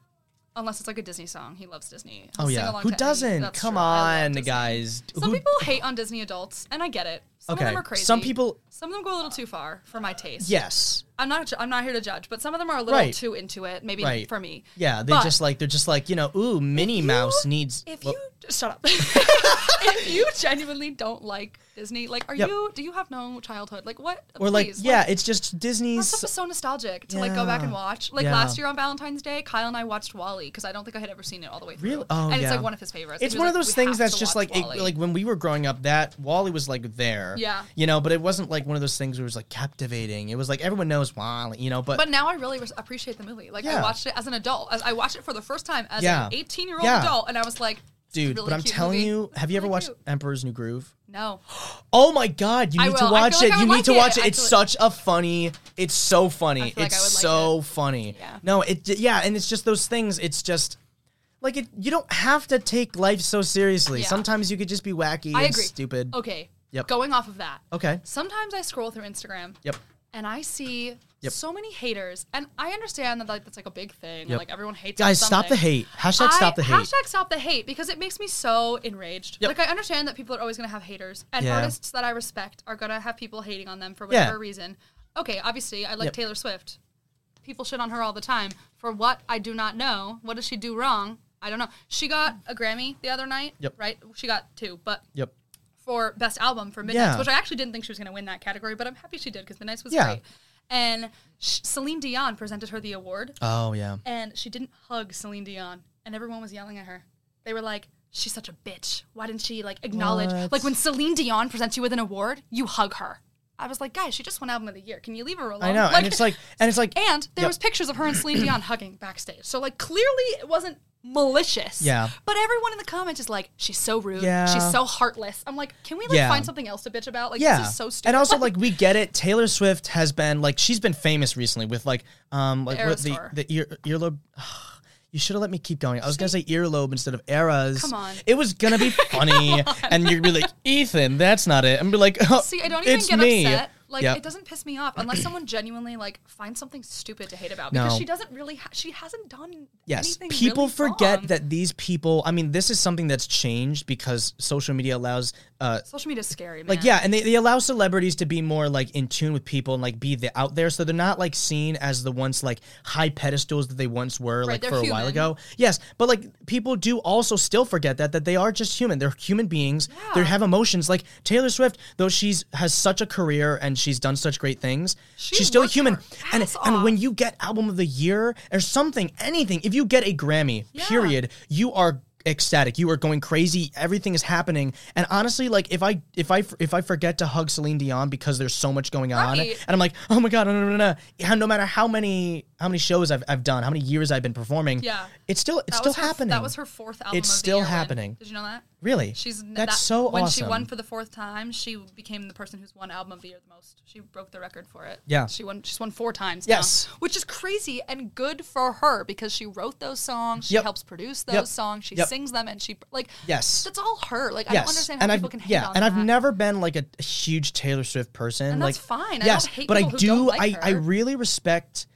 unless it's like a Disney song. He loves Disney.
Oh
He'll sing
yeah,
along
who
to any-
doesn't?
That's
Come
true. I love
on,
Disney.
guys.
Some
Who-
people hate on Disney adults, and I get it. Some of
Okay.
them are crazy.
Some people-
Some of them go a little too far for my taste.
Yes.
I'm not. ju- I'm not here to judge, but some of them are a little
Right.
too into it. Maybe
Right.
for me.
Yeah, they
But
just like they're just like you know, ooh, Minnie
you-
Mouse needs.
If
well,
you shut up. if you genuinely don't like Disney, like, are
Yep.
you? Do you have no childhood? Like, what?
Or like,
please,
yeah, it's just Disney's.
That stuff is so nostalgic to like go back and
Yeah.
watch. Like
Yeah.
last year on Valentine's Day, Kyle and I watched Wally because I don't think I had ever seen it all the way through.
Really? Oh,
and it's
yeah.
like one of his favorites.
it's
He was
one of
like,
those
"We
things
have
that's
to
just
watch
like it,
Wall-E."
like when we were growing up, that Wally was like there.
Yeah.
You know, but it wasn't like one of those things where it was like captivating. It was like everyone knows Wally, you know, but,
But now I really res- appreciate the movie. Like I
Yeah.
watched it as an adult. As I watched it for the first time as
Yeah.
an 18 year old
Yeah.
adult, and I was like, "This is a
dude,
really
but I'm
cute
telling
movie."
you, have you ever
Really
watched
cute.
Emperor's New Groove?
No.
Oh my god, you
I
need to
will. I
watch
feel
it.
like I
you
would
need
like
to
it.
watch it.
I
It's
feel
such a funny. It's so funny.
I
It's
feel like I would like
so funny.
Yeah.
No, it yeah, and it's just those things. It's just like it you don't have to take life so seriously.
Yeah.
Sometimes you could just be wacky
I
and
agree. Oh.
stupid.
Okay.
Yep.
Going off of that,
Okay.
sometimes I scroll through Instagram
Yep.
and I see
Yep.
so many haters, and I understand that like that's like a big thing.
Yep.
Like everyone hates.
Guys,
something.
stop the hate. Hashtag
I-
stop the hate.
Hashtag stop the hate because it makes me so enraged.
Yep.
Like I understand that people are always gonna have haters, and
Yeah.
artists that I respect are gonna have people hating on them for
Yeah.
whatever reason. Okay, obviously I like
Yep.
Taylor Swift. People shit on her all the time for what I do not know. What does she do wrong? I don't know. She got a Grammy the other night,
Yep.
right? She got two, but
Yep.
for best album for Midnight's,
Yeah.
which I actually didn't think she was going to win that category, but I'm happy she did because Midnight's was
Yeah.
great. And sh- Celine Dion presented her the award,
Oh yeah.
and she didn't hug Celine Dion, and everyone was yelling at her. They were like, "She's such a bitch. Why didn't she like acknowledge?
What?
Like when Celine Dion presents you with an award, you hug her." I was like, "Guys, she just won album of the year. Can you leave her alone?"
I know. and it's like and it's like
and there
Yep.
was pictures of her and Celine Dion hugging backstage. So like clearly it wasn't malicious.
Yeah.
But everyone in the comments is like, she's so rude.
Yeah.
She's so heartless. I'm like, can we like
Yeah.
find something else to bitch about? Like
yeah.
this is so stupid.
And also like we get it. Taylor Swift has been like she's been famous recently with like um like with the
Aerostar.
the ear earlobe You should have let me keep going. I was gonna say earlobe instead of eras.
Come on.
It was gonna be funny, and you'd be like, "Ethan, that's not it." And be like, oh,
See, I don't even
it's
get
me.
upset. Like
Yep.
it doesn't piss me off unless someone genuinely like finds something stupid to hate about because
No.
she doesn't really ha- she hasn't done
Yes,
anything
people
really
forget
wrong.
that these people. I mean, this is something that's changed because social media allows uh,
social media is scary. Man.
Like yeah, and they, they allow celebrities to be more like in tune with people and like be the out there, so they're not like seen as the once like high pedestals that they once were like
they're
for a while
human.
ago. Yes, but like people do also still forget that that they are just human. They're human beings. They
Yeah.
have emotions. Like Taylor Swift, though she's has such a career and she's done such great things,
She
she's still a
worked
human.
her
And
ass
and
off.
when you get album of the year or something, anything, if you get a Grammy,
Yeah.
period, you are ecstatic. You are going crazy. Everything is happening. And honestly, like if I if I if I forget to hug Celine Dion because there's so much going on,
Right.
and I'm like, oh my god, no no no no, no, no matter how many how many shows I've, I've done, how many years I've been performing,
Yeah.
it's still it's
That
still
was her-
happening.
That was her fourth album.
It's
of the
still
year win.
happening.
Did you know that?
really
She's
that's
that-
so
when
awesome.
she won for the fourth time, she became the person who's won album of the year the most. She broke the record for it.
Yeah.
she won. She's won four times.
Yes.
now, which is crazy and good for her because she wrote those songs. She
Yep.
helps produce those
Yep.
songs. She
Yep.
sings them, and she like
Yes.
that's all her. Like I
yes,
don't understand how
and
people
I've
can hate
yeah,
on
and
that.
I've never been like a, a huge Taylor Swift person.
And that's
like,
fine. I
yes,
don't hate
but I
people who
do.
don't like
I I
her.
really respect.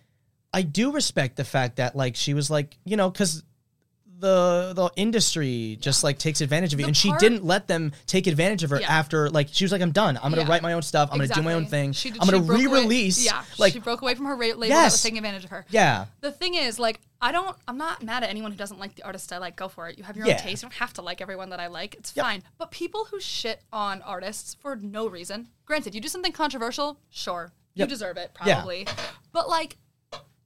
I do respect the fact that like she was like you know because the the industry just like takes advantage of you,
The
and she
part-
didn't let them take advantage of her
Yeah.
after like she was like I'm done. I'm gonna
Yeah.
write my own stuff. I'm gonna do my own
Exactly.
thing.
She did-
I'm gonna
she broke away-
re-release.
Yeah,
like
she broke away from her ra- label that
Yes.
was taking advantage of her.
yeah.
The thing is, like, I don't. I'm not mad at anyone who doesn't like the artist I like. Go for it. You have your
Yeah.
own taste. You don't have to like everyone that I like. It's
Yep.
fine. But people who shit on artists for no reason. Granted, you do something controversial, sure, you
Yep.
deserve it,
Yeah.
probably. But like,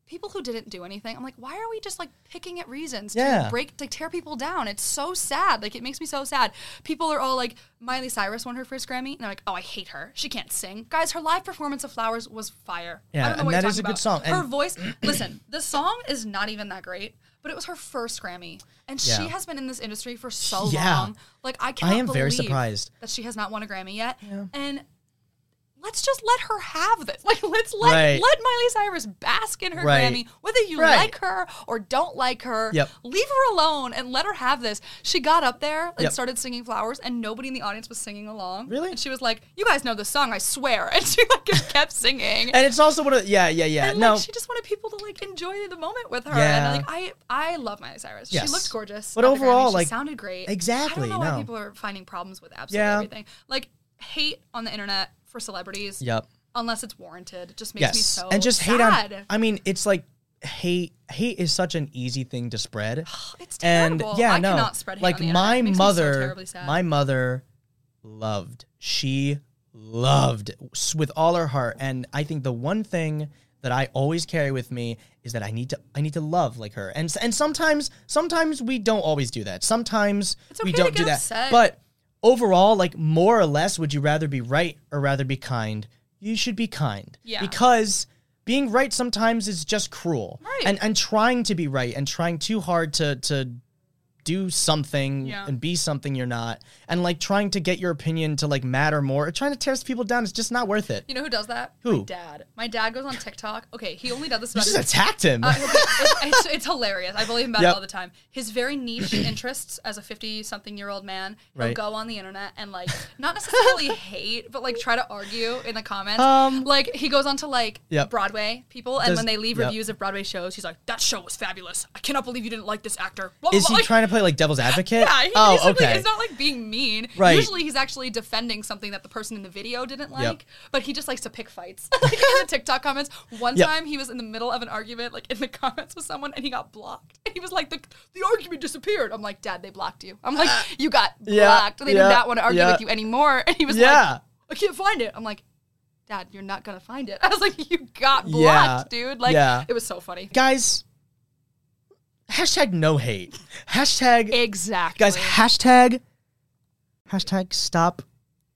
people who didn't do anything, I'm like, why are we just like picking at reasons
Yeah.
to break, to tear people down? It's so sad. Like, it makes me so sad. People are all like, Miley Cyrus won her first Grammy, and they're like, oh, I hate her. She can't sing. Guys, her live performance of Flowers was fire.
Yeah,
I don't know
and
what you're
that is
talking
a good
about.
song,
Her
and-
voice. listen, the song is not even that great, but it was her first Grammy, and she
Yeah.
has been in this industry for so
Yeah.
long. Like I cannot
am very
believe
surprised.
that she has not won a Grammy yet. And let's just let her have this. Like let's let
Right.
let Miley Cyrus bask in her
Right.
Grammy, whether you
Right.
like her or don't like her.
Yep.
Leave her alone and let her have this. She got up there and
Yep.
started singing flowers, and nobody in the audience was singing along.
Really?
And she was like, "You guys know the song, I swear." And she like just kept singing.
And it's also one of yeah yeah yeah
And
no
like she just wanted people to like enjoy the moment with her.
Yeah.
And like I I love Miley Cyrus.
Yes.
She looked gorgeous.
But
at the Grammy.
overall,
she
like-
sounded great. I
Exactly,
don't know why
no.
people are finding problems with absolutely
Yeah.
everything. Like hate on the internet for celebrities.
yep
Unless it's warranted. It just makes
yes
me so
and just hate
sad.
on. I mean it's like hate hate is such an easy thing to spread.
It's
and
terrible.
yeah,
I
no,
cannot spread hate
like
on the internet.
my
It makes me so
mother,
terribly sad.
my mother loved. She loved s- with all her heart, and I think the one thing that I always carry with me is that I need to I need to love like her, and s- and sometimes sometimes we don't always do that. Sometimes
It's
we
okay to
don't do
get
that,
upset.
but overall, like more or less, would you rather be right or rather be kind? You should be kind.
Yeah.
Because being right sometimes is just cruel.
Right.
And and trying to be right and trying too hard to to do something
Yeah.
and be something you're not and like trying to get your opinion to like matter more or trying to tear people down is just not worth it.
You know who does that?
Who?
My dad. My dad goes on TikTok. Okay, he only does this
You
about
just attacked him.
Uh, it's, it's, it's hilarious. I believe him about
Yep.
it all the time. His very niche interests as a 50 something year old man, he'll
Right.
go on the internet and, like, not necessarily hate, but, like, try to argue in the comments.
Um,
like, he goes on to, like,
Yep.
Broadway people, and
Does-
when they leave
yep.
reviews of Broadway shows, he's like, that show was fabulous. I cannot believe you didn't like this actor. Blah, blah,
is
blah.
he
Like,
trying to play like devil's advocate?
yeah, he
oh,
basically
okay.
it's not like being mean.
Right.
Usually he's actually defending something that the person in the video didn't like, but he just likes to pick fights. like in the TikTok comments. One
Yep.
time he was in the middle of an argument, like in the comments with someone, and he got blocked. And he was like, the, the argument disappeared. I'm like, Dad, they blocked you. I'm like, you got
Yeah,
blocked. They
yeah,
do not want to argue
yeah.
with you anymore. And he was
Yeah.
like, I can't find it. I'm like, Dad, you're not gonna find it. I was like, you got
Yeah,
blocked, dude. Like
yeah.
it was so funny.
Guys, hashtag no hate. Hashtag
Exactly.
guys hashtag hashtag stop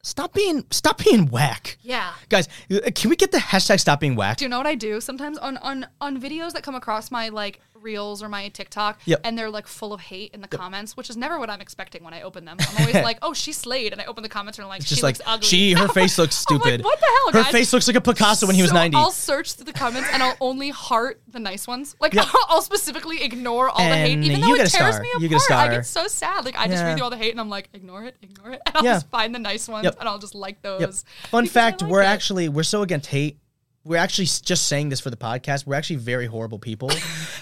stop being stop being whack
yeah.
guys uh, can we get the hashtag stop being whack
Do you know what I do sometimes on on on videos that come across my like reels or my TikTok,
Yep.
and they're like full of hate in the comments, which is never what I'm expecting when I open them. I'm always like, "Oh, she slayed," and I open the comments and I'm like,
just
"She
like
looks ugly."
she her face looks
I'm like,
stupid
what the hell,
her
guys?
face looks like a picasso when he was
So
90
I'll search through the comments and I'll only heart the nice ones. Like
Yeah.
I'll specifically ignore all the hate,
And
even
you
though
get
it
a
tears
star.
me
You get a
apart. I get
star.
so sad. Like I just
Yeah.
read through all the hate and I'm like, ignore it, ignore it, and I'll
Yeah.
just find the nice ones
Yep.
and I'll just like
Yep.
those.
fun
because I
fact
like
we're
it.
actually we're so against hate we're actually s- just saying this for the podcast we're actually very horrible people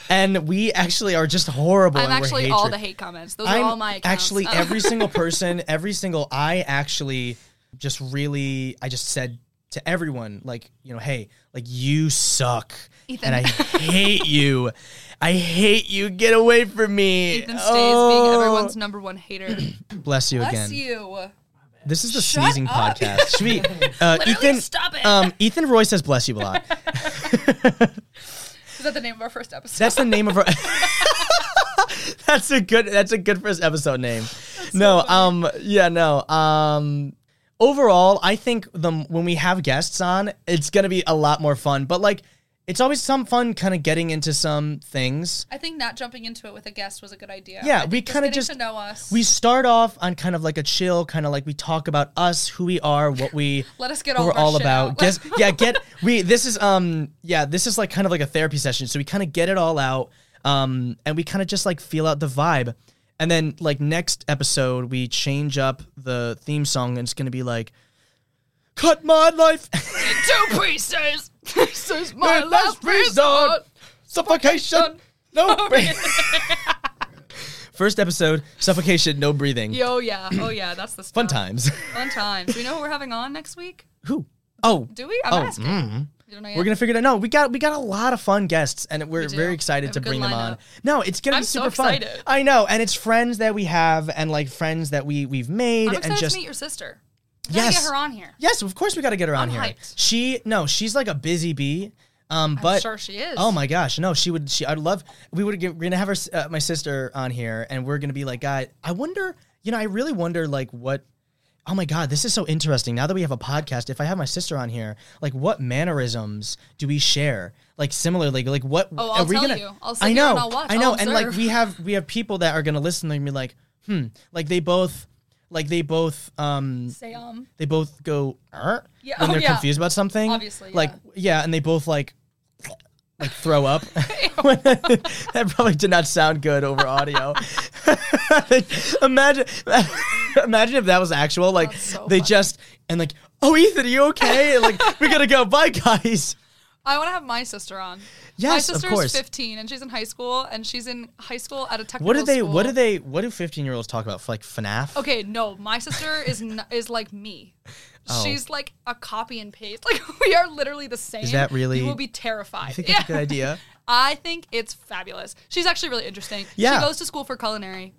and we actually are just horrible
I'm
and we're
actually all
hatred.
the hate comments. Those
I'm
are all my accounts.
actually
Um,
every single person, every single I actually just really I just said to everyone like you know hey like you suck
Ethan.
and I hate you, I hate you get away from me.
Ethan stays being
Oh.
everyone's number one hater.
bless you
Bless
again.
you.
This is the
Shut
sneezing
up.
podcast. Should we, uh,
Literally,
Ethan?
stop it.
Um, Ethan Roy says bless you a lot.
Is that the name of our first episode?
That's the name of our. that's a good. That's a good first episode name. no. um. Yeah. No. Um. Overall, I think the when we have guests on, it's gonna be a lot more fun. But like, it's always some fun, kind of getting into some things.
I think not jumping into it with a guest was a good idea.
Yeah,
I think
we kinda
getting
just-
to know us.
We start off on kind of like a chill, kind of like we talk about us, who we are, what we
Let us get
what
all
we're
of our
all
shit
about.
out.
Guess yeah, get we this is um yeah, this is like kind of like a therapy session. So we kind of get it all out. Um and we kind of just like feel out the vibe. And then like next episode we change up the theme song and it's going to be like cut my life
two pieces. this is my
My last
last
resort.
resort.
suffocation no breathing. First episode suffocation no breathing.
Yo, yeah. Oh, yeah. That's the stuff.
Fun times.
Fun times. Do we know who we're having on next week?
Who? Oh,
Do we? I'm
Oh,
asking. You don't know yet?
We're gonna figure it out. No, we got we got a lot of fun guests, and we're
do.
very excited
Have
to
a good
bring them on.
lineup.
No, it's gonna
I'm
be
so
super fun.
excited.
I know, and it's friends that we have, and like friends that we we've made,
I'm
and
excited
just
to meet your sister. We gotta
Yes.
get her on here.
yes, of course we got to get her on
I'm
here.
hyped.
She no, she's like a busy bee, um,
I'm
but
sure she is.
Oh my gosh, no, she would. She, I'd love. We would. Get, we're gonna have her, s- uh, my sister, on here, and we're gonna be like, guy. I wonder. You know, I really wonder, like, what. Oh my god, this is so interesting. Now that we have a podcast, if I have my sister on here, like, what mannerisms do we share? Like, similarly, like, what?
Oh, I'll
are we
tell
gonna,
you. I'll sit
I
here
know.
and I'll watch.
I know.
I'll
and like,
observe.
we have we have people that are gonna listen and be like, hmm, like they both, like they both, um,
Say um.
they both go "Er,"
Yeah,
when
oh,
they're
yeah.
confused about something.
Obviously, yeah.
like yeah, and they both like like throw up. that probably did not sound good over audio. imagine, imagine if that was actual. Like
That's so
they
funny.
just and like, oh Ethan, are you okay? And like we gotta go. Bye guys.
I want to have my sister on. my
Yes, of
sister's
course.
15 and she's in high school and she's in high school at a technical
What do they? What
school.
do they? What do fifteen year olds talk about? Like FNAF.
Okay, no, my sister is n- is like me.
Oh.
She's like a copy and paste. Like we are literally the same.
that really-
You will be terrified.
I think it's a good idea.
I think it's fabulous. She's actually really interesting.
Yeah.
She goes to school for culinary.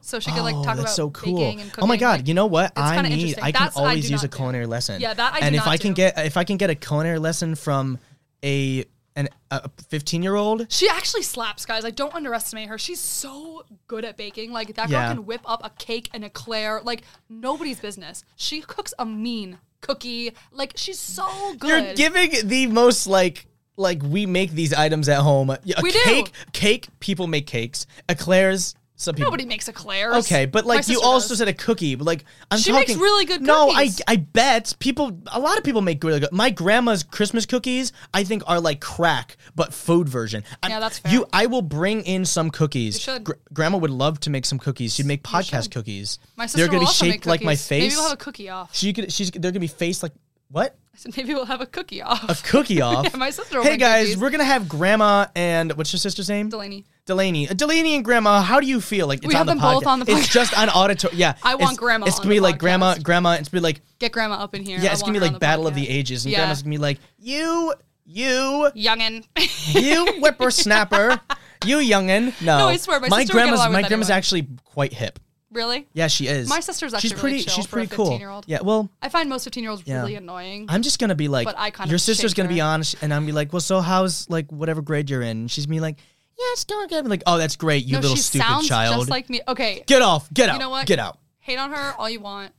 So she could like
oh,
talk
that's
about
so cool.
baking and cooking.
Oh my god,
Like,
you know what?
it's
I
kinda
need.
interesting.
I can
That's what I
always
do
use a
not do.
culinary lesson.
Yeah, that I do
And if
not
I can
do.
get if I can get a culinary lesson from a an a 15 year old,
she actually slaps, guys. Like, don't underestimate her. She's so good at baking. Like, that
Yeah.
girl can whip up a cake and a eclair. Like, nobody's business. She cooks a mean cookie. Like, she's so good.
you're giving the most like like we make these items at home. A
We do.
cake, cake. People make cakes. Eclairs. Some people.
Nobody makes eclairs.
Okay, but
My
like you
sister
also
does.
said a cookie, but like I'm
She makes
talking.
really good
No, I
cookies.
I bet people, a lot of people make really good. My grandma's Christmas cookies, I think, are like crack but food version. I-
Yeah, that's fair.
You, I will bring in some cookies.
You should.
grandma would love to make some cookies. She'd make podcast cookies.
My sister
they're gonna
will
be
also
shaped
make
like my
cookies.
face.
Maybe we'll have a cookie off.
she could. She's. They're gonna be faced like what?
I said maybe we'll have a cookie off.
A cookie off.
my sister will
Hey
make
guys,
cookies.
we're gonna have grandma and what's your sister's name?
Delaney.
Delaney, Uh, Delaney and Grandma, how do you feel? Like it's
We
on
have
the
them both
podcast.
on the
It's
podcast.
just on auditory. Yeah,
I want
It's-
Grandma
It's
on
gonna be
the
like Grandma,
podcast.
Grandma. It's gonna be like
Get grandma up in here.
yeah,
I
it's gonna
want
be
her
like
on the
Battle of
podcast.
the Ages, and
Yeah.
Grandma's gonna be like you, you,
Youngin.
you whippersnapper, you youngin. No,
No, I swear, my sister would get
grandma's
along with
my grandma's
anyone.
actually quite hip.
really?
Yeah, she is.
My sister's
she's
actually
pretty.
really chill
she's
for a
pretty cool.
15-year-old.
Yeah, well,
I find most 15 year olds
Yeah.
really annoying.
I'm just gonna be like,
But I kind
your
of
sister's
shaped
gonna be
her.
on, sh- and I'm gonna be like, well, so how's like whatever grade you're in? And she's gonna be like, yeah, it's going good. I'm like, oh, that's great, you
no,
little
she
stupid
sounds
child.
just like me. Okay,
get off, get out,
know what?
get out.
hate on her all you want,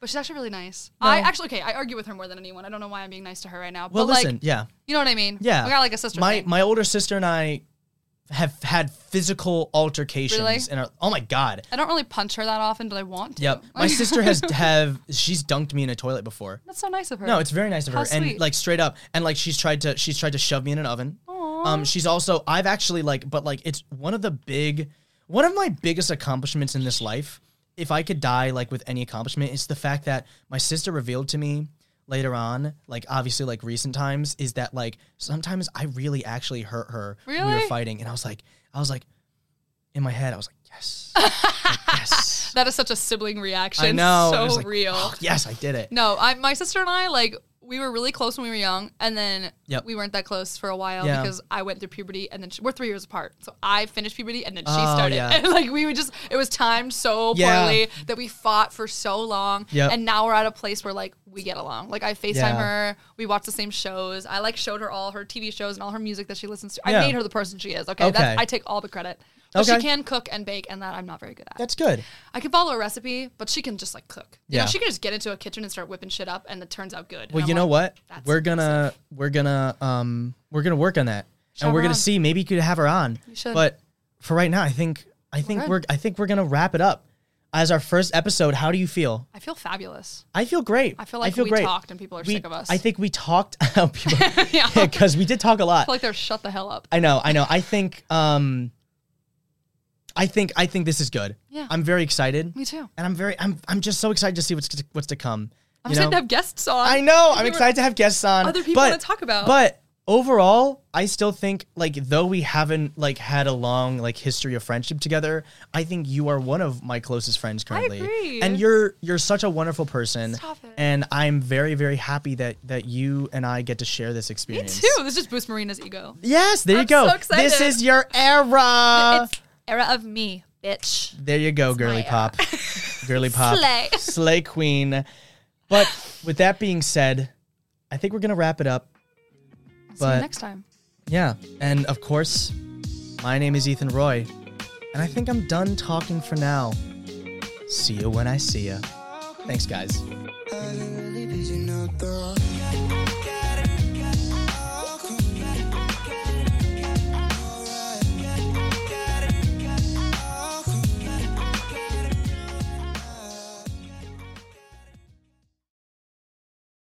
but she's actually really nice. I actually okay. I argue with her more than anyone. I don't know why I'm being nice to her right now.
Well,
but
listen,
like,
yeah,
you know what I mean?
yeah.
we got like a sister.
My
thing.
my older sister and I have had physical altercations.
Really?
In our, oh my god.
I don't really punch her that often, but I want to.
Yep. My
Like-
sister has have she's dunked me in a toilet before.
That's so nice of her.
No, it's very nice of
How
her, and
sweet.
like straight up, and like she's tried to she's tried to shove me in an oven.
Aw.
Um, she's also I've actually like, but like it's one of the big, one of my biggest accomplishments in this life. If I could die like with any accomplishment, it's the fact that my sister revealed to me later on, like obviously like recent times, is that like sometimes I really actually hurt her when we were
Really?
fighting, and I was like, I was like, in my head, I was like, yes, Like, yes,
that is such a sibling reaction.
I know, It
so
was like,
real.
"Oh, yes, I did it.
No, I, my sister and I like we were really close when we were young, and then
Yep.
we weren't that close for a while
Yeah.
because I went through puberty, and then she, we're three years apart. So I finished puberty, and then she
Oh,
started.
yeah.
And like we would just, it was timed so
Yeah.
poorly that we fought for so long,
Yep.
and now we're at a place where like we get along. Like I Facetime
Yeah.
her, we watch the same shows. I like showed her all her TV shows and all her music that she listens to.
Yeah.
I made her the person she is. Okay,
Okay.
That's, I take all the credit. But
Okay.
she can cook and bake, and that I'm not very good at.
That's good.
I can follow a recipe, but she can just like cook. You
Yeah.
know, she can just get into a kitchen and start whipping shit up, and it turns out good.
Well, you know what?
"That's
We're gonna we're gonna um we're gonna work on that,
have
and we're
her
gonna
on.
see. Maybe you could have her on.
You should.
But for right now, I think I think
good.
we're I think we're gonna wrap it up as our first episode. How do you feel?
I feel fabulous.
I feel great.
I feel like we
great.
talked and people are
We-
sick of us.
I think we talked about people
yeah, I feel
because we did talk a lot.
like they're shut the hell up.
I know. I know. I think um I think I think this is good.
Yeah.
I'm very excited,
Me too.
and I'm very I'm I'm just so excited to see what's what's to come. you
I'm excited
know?
to have guests on.
I know. I'm
were-
excited to have guests on.
Other people
but,
to talk about.
But overall, I still think like though we haven't like had a long like history of friendship together, I think you are one of my closest friends currently.
agree.
And you're you're such a wonderful person.
Stop it.
And I'm very very happy that that you and I get to share this
Me
experience.
too. This just boosts Marina's ego.
Yes, there you
I'm
go.
so excited.
this is your era.
it's era of me, bitch.
there you go, girly
my
pop. girly pop.
Slay.
Slay queen. But with that being said, I think we're going to wrap it up.
See
But-
you next time.
Yeah. And of course, my name is Ethan Roy, and I think I'm done talking for now. See you when I see ya. Thanks, guys.
I didn't really vision out the